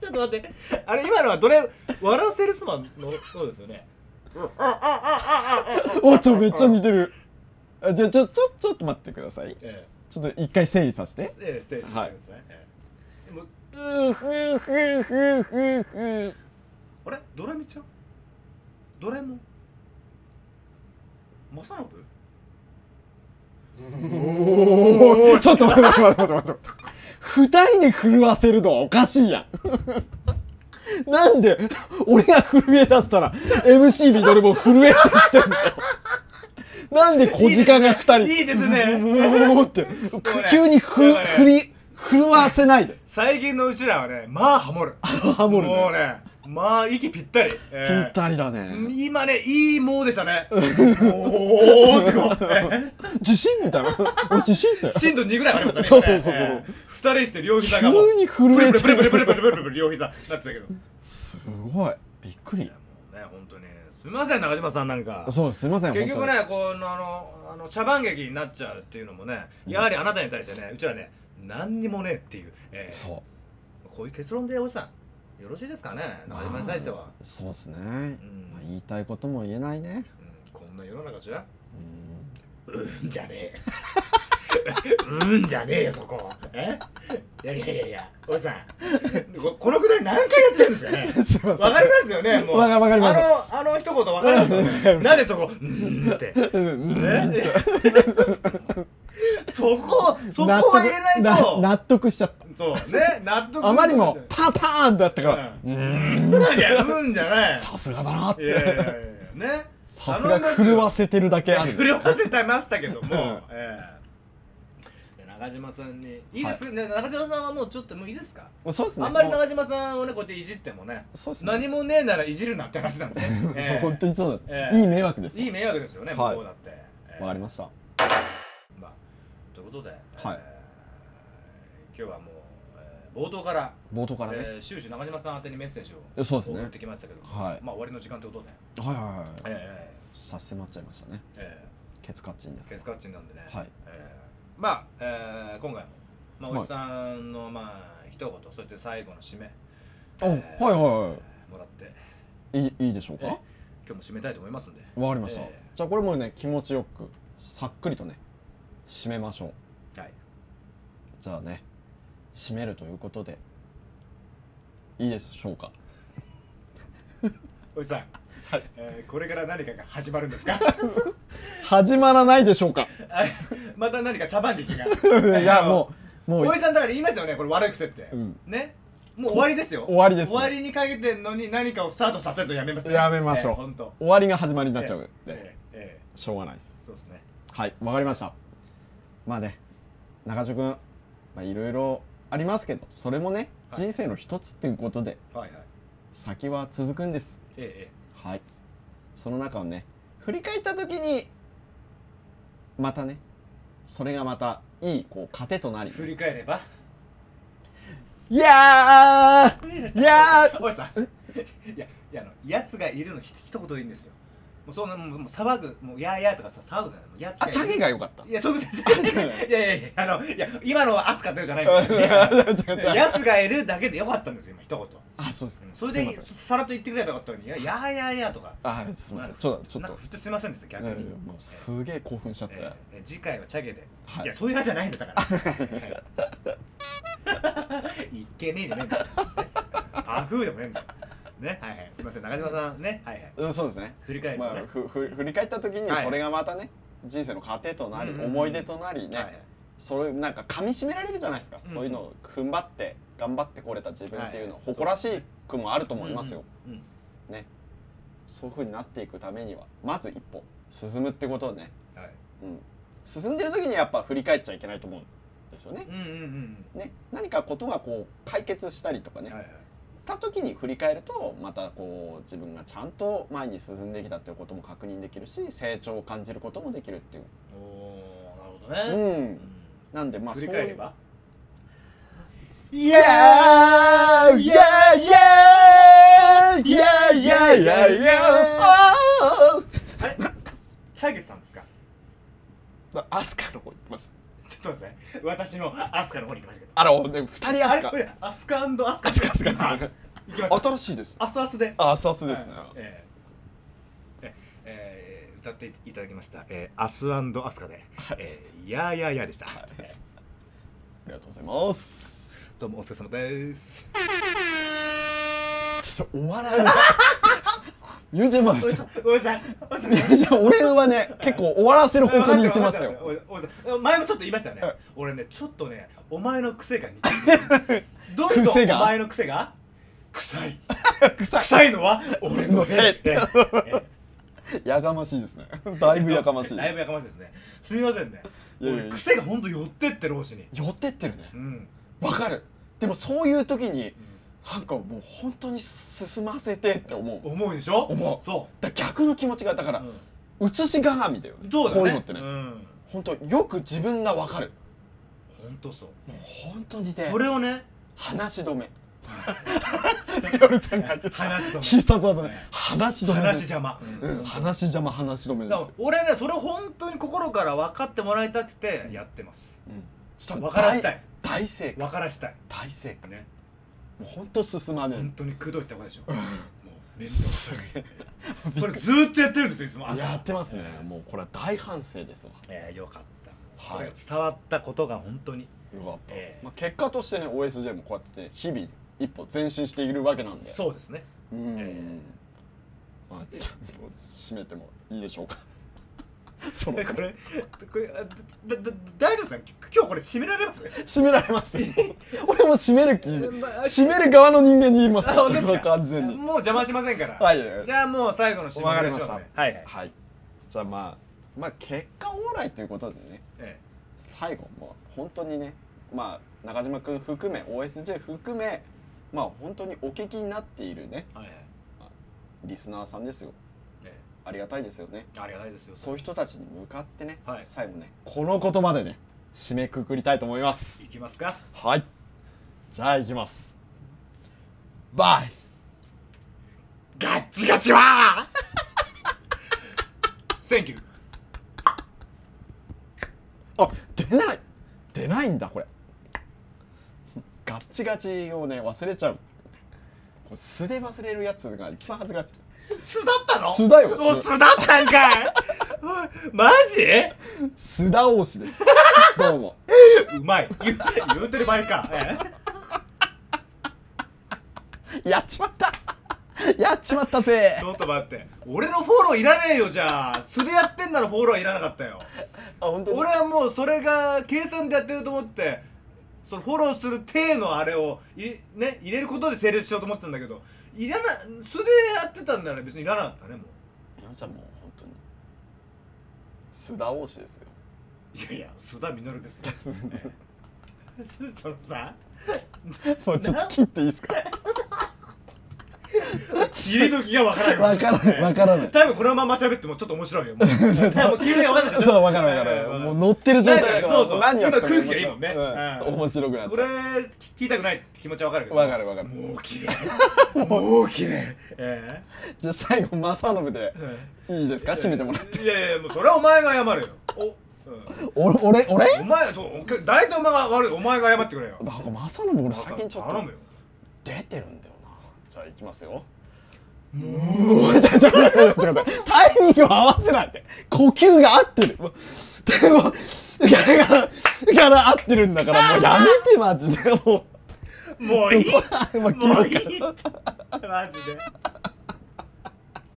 A: と待ってあれ今のはどれ笑うセールスマンのそうですよね
B: おちょめっちゃ似てるあじゃあちょちょちょっと待ってください
A: え
B: ちょっと一回整理させて
A: えええ失礼してください、ええでも
B: うふふふふふ
A: あれドラミちゃんドラえもん正信
B: おーちょっと待って待って待って待って二人で震わせるのはおかしいやんなんで俺が震え出したら MCB どれも震えてきてんだよなんで小鹿が二人
A: いいですねいいです
B: ねもうって
A: れ
B: 急にふ
A: これ
B: 振り震わせないで
A: 最近のうちらはねまあハモる
B: ハモるね
A: もうねまあ息ぴったり、え
B: ぴ
A: え
B: ったりだね
A: 今ねいいもうでした ねおおってこうえ
B: 自信みたいな俺自信って
A: 震度2ぐらいありましたね
B: そうそうそうそう
A: 今ねええ二人して両膝がもう
B: 急に震えて
A: プルプルプルプルプルプル
B: る
A: プルプル両膝なってたけども
B: すごいびっくり
A: うね本当にすみません中島さんなんか
B: そうすいません
A: 結局
B: 本当に
A: ねこのあのあの茶番劇になっちゃうっていうのもねやはりあなたに対してねうちらね何にもねえっていう、ええ
B: そう
A: こういう結論でおじさんよろしいですかね中島に対しては、
B: そうですね
A: うん
B: まあ、言いたいことも言えないね。
A: うん、こんな世の中じゃ
B: うん
A: うんじゃねえうんじゃねえよそこえいやいやいやいやおじさんここのくだり何回やってるんですかね
B: すいません。
A: わかりますよねもう
B: わかわかります
A: あのあの一言わかりますよねなぜそこうんってえそこそこ
B: 納
A: は入れない
B: 得な
A: と
B: 納得しちゃっ
A: そうね納得
B: た。あまりもパンパーンだったから、
A: うんうんじゃうんじゃない
B: さすがだなっ
A: いやいやいや
B: て。
A: いやね
B: さすが狂わせてるだけあ
A: 振
B: る。
A: り合わせてましたけども、
B: ん
A: ええ中島さんにいいです、ね中島さんはもうちょっともういいですか、
B: そうですね。
A: あんまり
B: もう
A: 中島さんをねこうやっていじってもね
B: そうですね。
A: 何もねえならいじるなって話なん で、え
B: そう
A: え
B: 本当にそうだ、
A: ええ
B: いい迷惑です。
A: いい迷惑ですよね、
B: はい
A: 向こうだって、ええ
B: わかりました。
A: まあということで、
B: はい
A: ええ今日はもう、ええ冒頭から、
B: 冒頭からね。
A: ええ終始中島さん宛てにメッセージを
B: そうですね
A: 送ってきましたけど、
B: はい
A: まあ終わりの時間ってことで、
B: はいはいはい。
A: ええ
B: 差し迫っちゃいましたね。
A: ええええ
B: ケツカッチンです
A: ケ。ツカッチンなんでね、
B: はい
A: えーまあ、えー今回も、まあ、
B: はい
A: おじさんの、まあ、えー一言そして最後の締め
B: あはいは
A: もらって
B: いはいいいいいでしょうか
A: え
B: わか
A: 今日も締めたいと思いますんで
B: りました、
A: え
B: じゃあこれもね気持ちよくさっくりとね締めましょう
A: はい
B: じゃあね締めるということでいいでしょうか
A: おじさん、えーこれから何かが始まるんですか
B: 始まらないでしょ うか
A: あれまた何か茶番劇が
B: いやもうもう
A: おじさんだから言いましたよねこれ悪い癖って、
B: うん
A: ねもう終わりですよ
B: 終わりですね
A: 終わりにかけてんのに何かをスタートさせるとやめますね
B: やめましょう
A: えーほんと
B: 終わりが始まりになっちゃうん
A: えー
B: で
A: え
B: しょうがないです
A: ーそうですね
B: はいわかりましたまあね中条くんまあいろいろありますけどそれもね
A: はい
B: 人生の一つっていうことで
A: はいはい
B: 先は続くんです
A: えーえ
B: はいその中をね振り返った時にまたねそれがまたいいこう糧となり
A: ー振り返れば
B: いやーいやー
A: おじさんいやいやあのやつがいるのひ一言でいいんですよもうそんなもうもう騒ぐもうやーやーとかさ騒ぐじゃないもうやつ
B: あチャ
A: い
B: ゲ
A: る
B: が良かった
A: いやそういうことですいやいやいやあのいや今のは熱かったよじゃないんですよ
B: 違う違う
A: やつがいるだけでよかったんですよ今一言
B: あそうですか
A: それ
B: すいま
A: で
B: せん
A: さらっと言ってくればよかったのにいやいやいやいやとか
B: あすいませんちょっとちょっ
A: なん
B: と
A: かふとすいませんです逆
B: いやい
A: に
B: やもうすげえ興奮しちゃっ
A: えー
B: て
A: えー次回はチャゲで、
B: は
A: い、
B: い
A: やそういう話じゃないんだだからいっけねえじゃねえんだよパフーでもねえんだよねはいはいすいません中島さんねはいはい
B: うんそうですね
A: 振り返る
B: ま
A: と
B: あ
A: ね、
B: ふふ振り返った時に
A: はい
B: それがまたね人生の糧となり
A: うんうんうん
B: 思い出となり
A: はいは
B: ね
A: い
B: それなんか噛み締められるじゃないですか
A: ん
B: そういうのを踏ん張って頑張ってこれた自分っていうのは
A: はい
B: 誇らしくもあると思いますよ
A: うんうん
B: ねそういう風になっていくためにはまず一歩進むってことをね
A: うんはい
B: うん進んでる時にやっぱ振り返っちゃいけないと思うんですよね
A: うんうん
B: ね、何かことがこう解決したりとか
A: う
B: ね、
A: んはいはい
B: した時に振り返るとまたこう自分がちゃんと前に進んできたっていうことも確認できるし成長を感じることもできるっていう、
A: おーなるほどね、
B: う、
A: うん
B: なんでまあ
A: 振り返れば
B: そういう「イエーイイエーイイエーイイエーイイエーイイエーイおー
A: あれチャゲさんですか
B: アスカの方行きました
A: ちょっと待ってください私もアスカの方に行きましたけど
B: あら、ね、二人ア
A: あ
B: スカ
A: れえアスカアスカアスカアスカ行きました
B: 新しいです
A: アスアスで
B: あ、アスアスですね、
A: はいええええ歌っていただきました、えー、アスアスカで、えー、やーやーやーでした、
B: ありがとうございます
A: どうもお疲れ様です
B: ちょっとお笑い許せま
A: おじ
B: す
A: さんおじさんおじさん
B: いやじゃあ俺はね結構終わらせる方向に言ってましたよ
A: おじさんおじさん前もちょっと言いましたよね俺ねちょっとねお前の癖が似て るどんど
B: 癖
A: ん
B: が
A: お前の癖が臭い
B: 臭い
A: 臭いのは俺の部屋
B: やかましいですねだいぶやかましい
A: だい
B: で
A: ぶやかましいですねすみませんね
B: いやいやいや
A: 俺癖がほんと寄ってって老子に
B: す寄ってってるね
A: うん
B: わかるでもそういう時になんかもう本当に進ませてって思うだか
A: 思うでしょ
B: 思う
A: そ
B: ら逆の気持ちがだから
A: う、
B: 映し鏡だよね
A: どうだね
B: こういうのってね、
A: うん
B: 本当よく自分がわかる
A: ほんとそう
B: 本当にね
A: それを ね
B: 話し止め夜ちゃんが
A: 話しと
B: 必殺技ね
A: ね
B: 話し止めで
A: 話
B: す
A: 邪魔
B: うん、話し邪魔話し止め
A: だか
B: です
A: ら
B: よ、
A: 俺ねそれを本当に心から分かってもらいたくてやってます
B: うん、そ
A: 分からしたい
B: 大大正解
A: 分からしたい
B: 大正解
A: ね
B: もうほんと進まねえ
A: 本当にくどいってことでしょもう面倒
B: すげ
A: それずーっとやってるんですよいつも
B: えやってますねもうこれは大反省ですわ
A: えーよかった
B: はい
A: これ伝わったことが本当に
B: よかった、
A: ええ
B: まあ、結果としてね OSJ もこうやってね日々一歩前進しているわけなんで
A: そうですね
B: ううん、
A: え
B: まあちょっと締めてもいいでしょ うかそろ
A: え
B: そ
A: こ
B: ろ
A: れこれあだだだ大丈夫ですか今日これ締められます
B: 締められ ますよ俺も締める気
A: まあ
B: 締める側の人間に言います
A: あ
B: よ
A: 本当ですか
B: 完全 に
A: もう邪魔しませんから
B: はいはいはい
A: じゃあもう最後の締め
B: わかりました
A: ねはいはい
B: はいじゃあまあまあ結果オーライということでね
A: え
B: 最後もう本当にねまあ中島君含め OSJ 含めまあ本当にお聞きになっているね
A: えはいはい
B: リスナーさんですよ
A: え
B: ありがたいですよね
A: えありがたいですよ
B: そういう人たちに向かってね、
A: はい
B: 最後ねこの言葉でね締めくくりたいと思いま
A: い
B: す
A: きますか
B: はいじゃあいきますバイ
A: ガッチガチは Thank you
B: あ出ない出ないんだこれガガッチガチをね忘れちゃうこう素で忘れるやつが一番恥ずかしい
A: 素だったの
B: 素だよ
A: お
B: 素
A: 素だったんかいおいマジ
B: 素田王子です どうも
A: うまい言う言うてる場合か、え
B: やっちまったやっちまったぜ
A: えちょっと待って俺のフォローいらねえよじゃあ素でやってんならフォローはいらなかったよ
B: あ本当に
A: 俺はもうそれが計算でやってると思ってそのフォローする体のあれをい、ね、入れることで成立しようと思ってたんだけどいらな素でやってたんなら別にいらなかったねも
B: 山ちゃんもう本当に須田王子ですよ
A: ういやいや須田実ですよええ そのさ
B: もうちょっと切っていいですか
A: 切り時がわからない
B: わからないわからない
A: 多分このまま喋ってもちょっと面白 いよもうもう急に分かんないでしょ
B: そうわからないわか
A: ええ
B: らない
A: わ
B: もう乗ってる状態だから
A: そうそう
B: 何やっても
A: 今空気がいいもんね
B: うん
A: うん
B: 面白くなっ
A: こ
B: ち
A: れ
B: ゃ
A: 聞きたくないって気持ちはわかるけ
B: う
A: ど
B: わかるわかる
A: もう綺 麗もう綺麗え
B: じゃあ最後正信で
A: えうん
B: いいですか締めてもらって
A: いやいやもうそれはお前が謝るよお、うん
B: 俺俺俺
A: お前そうおけ大体お前が悪いお前が謝ってくれよ
B: なんか正信俺最近ちょっ
A: 頼む
B: と
A: よ
B: 出てるんだよなじゃあ行きますよもうちょちょちょちょちょタイミングを合わせないって呼吸が合ってるもうでもだからだから合ってるんだからもうやめてマジでもう
A: もういい
B: もう
A: もうい
B: 切ろうか
A: いマジで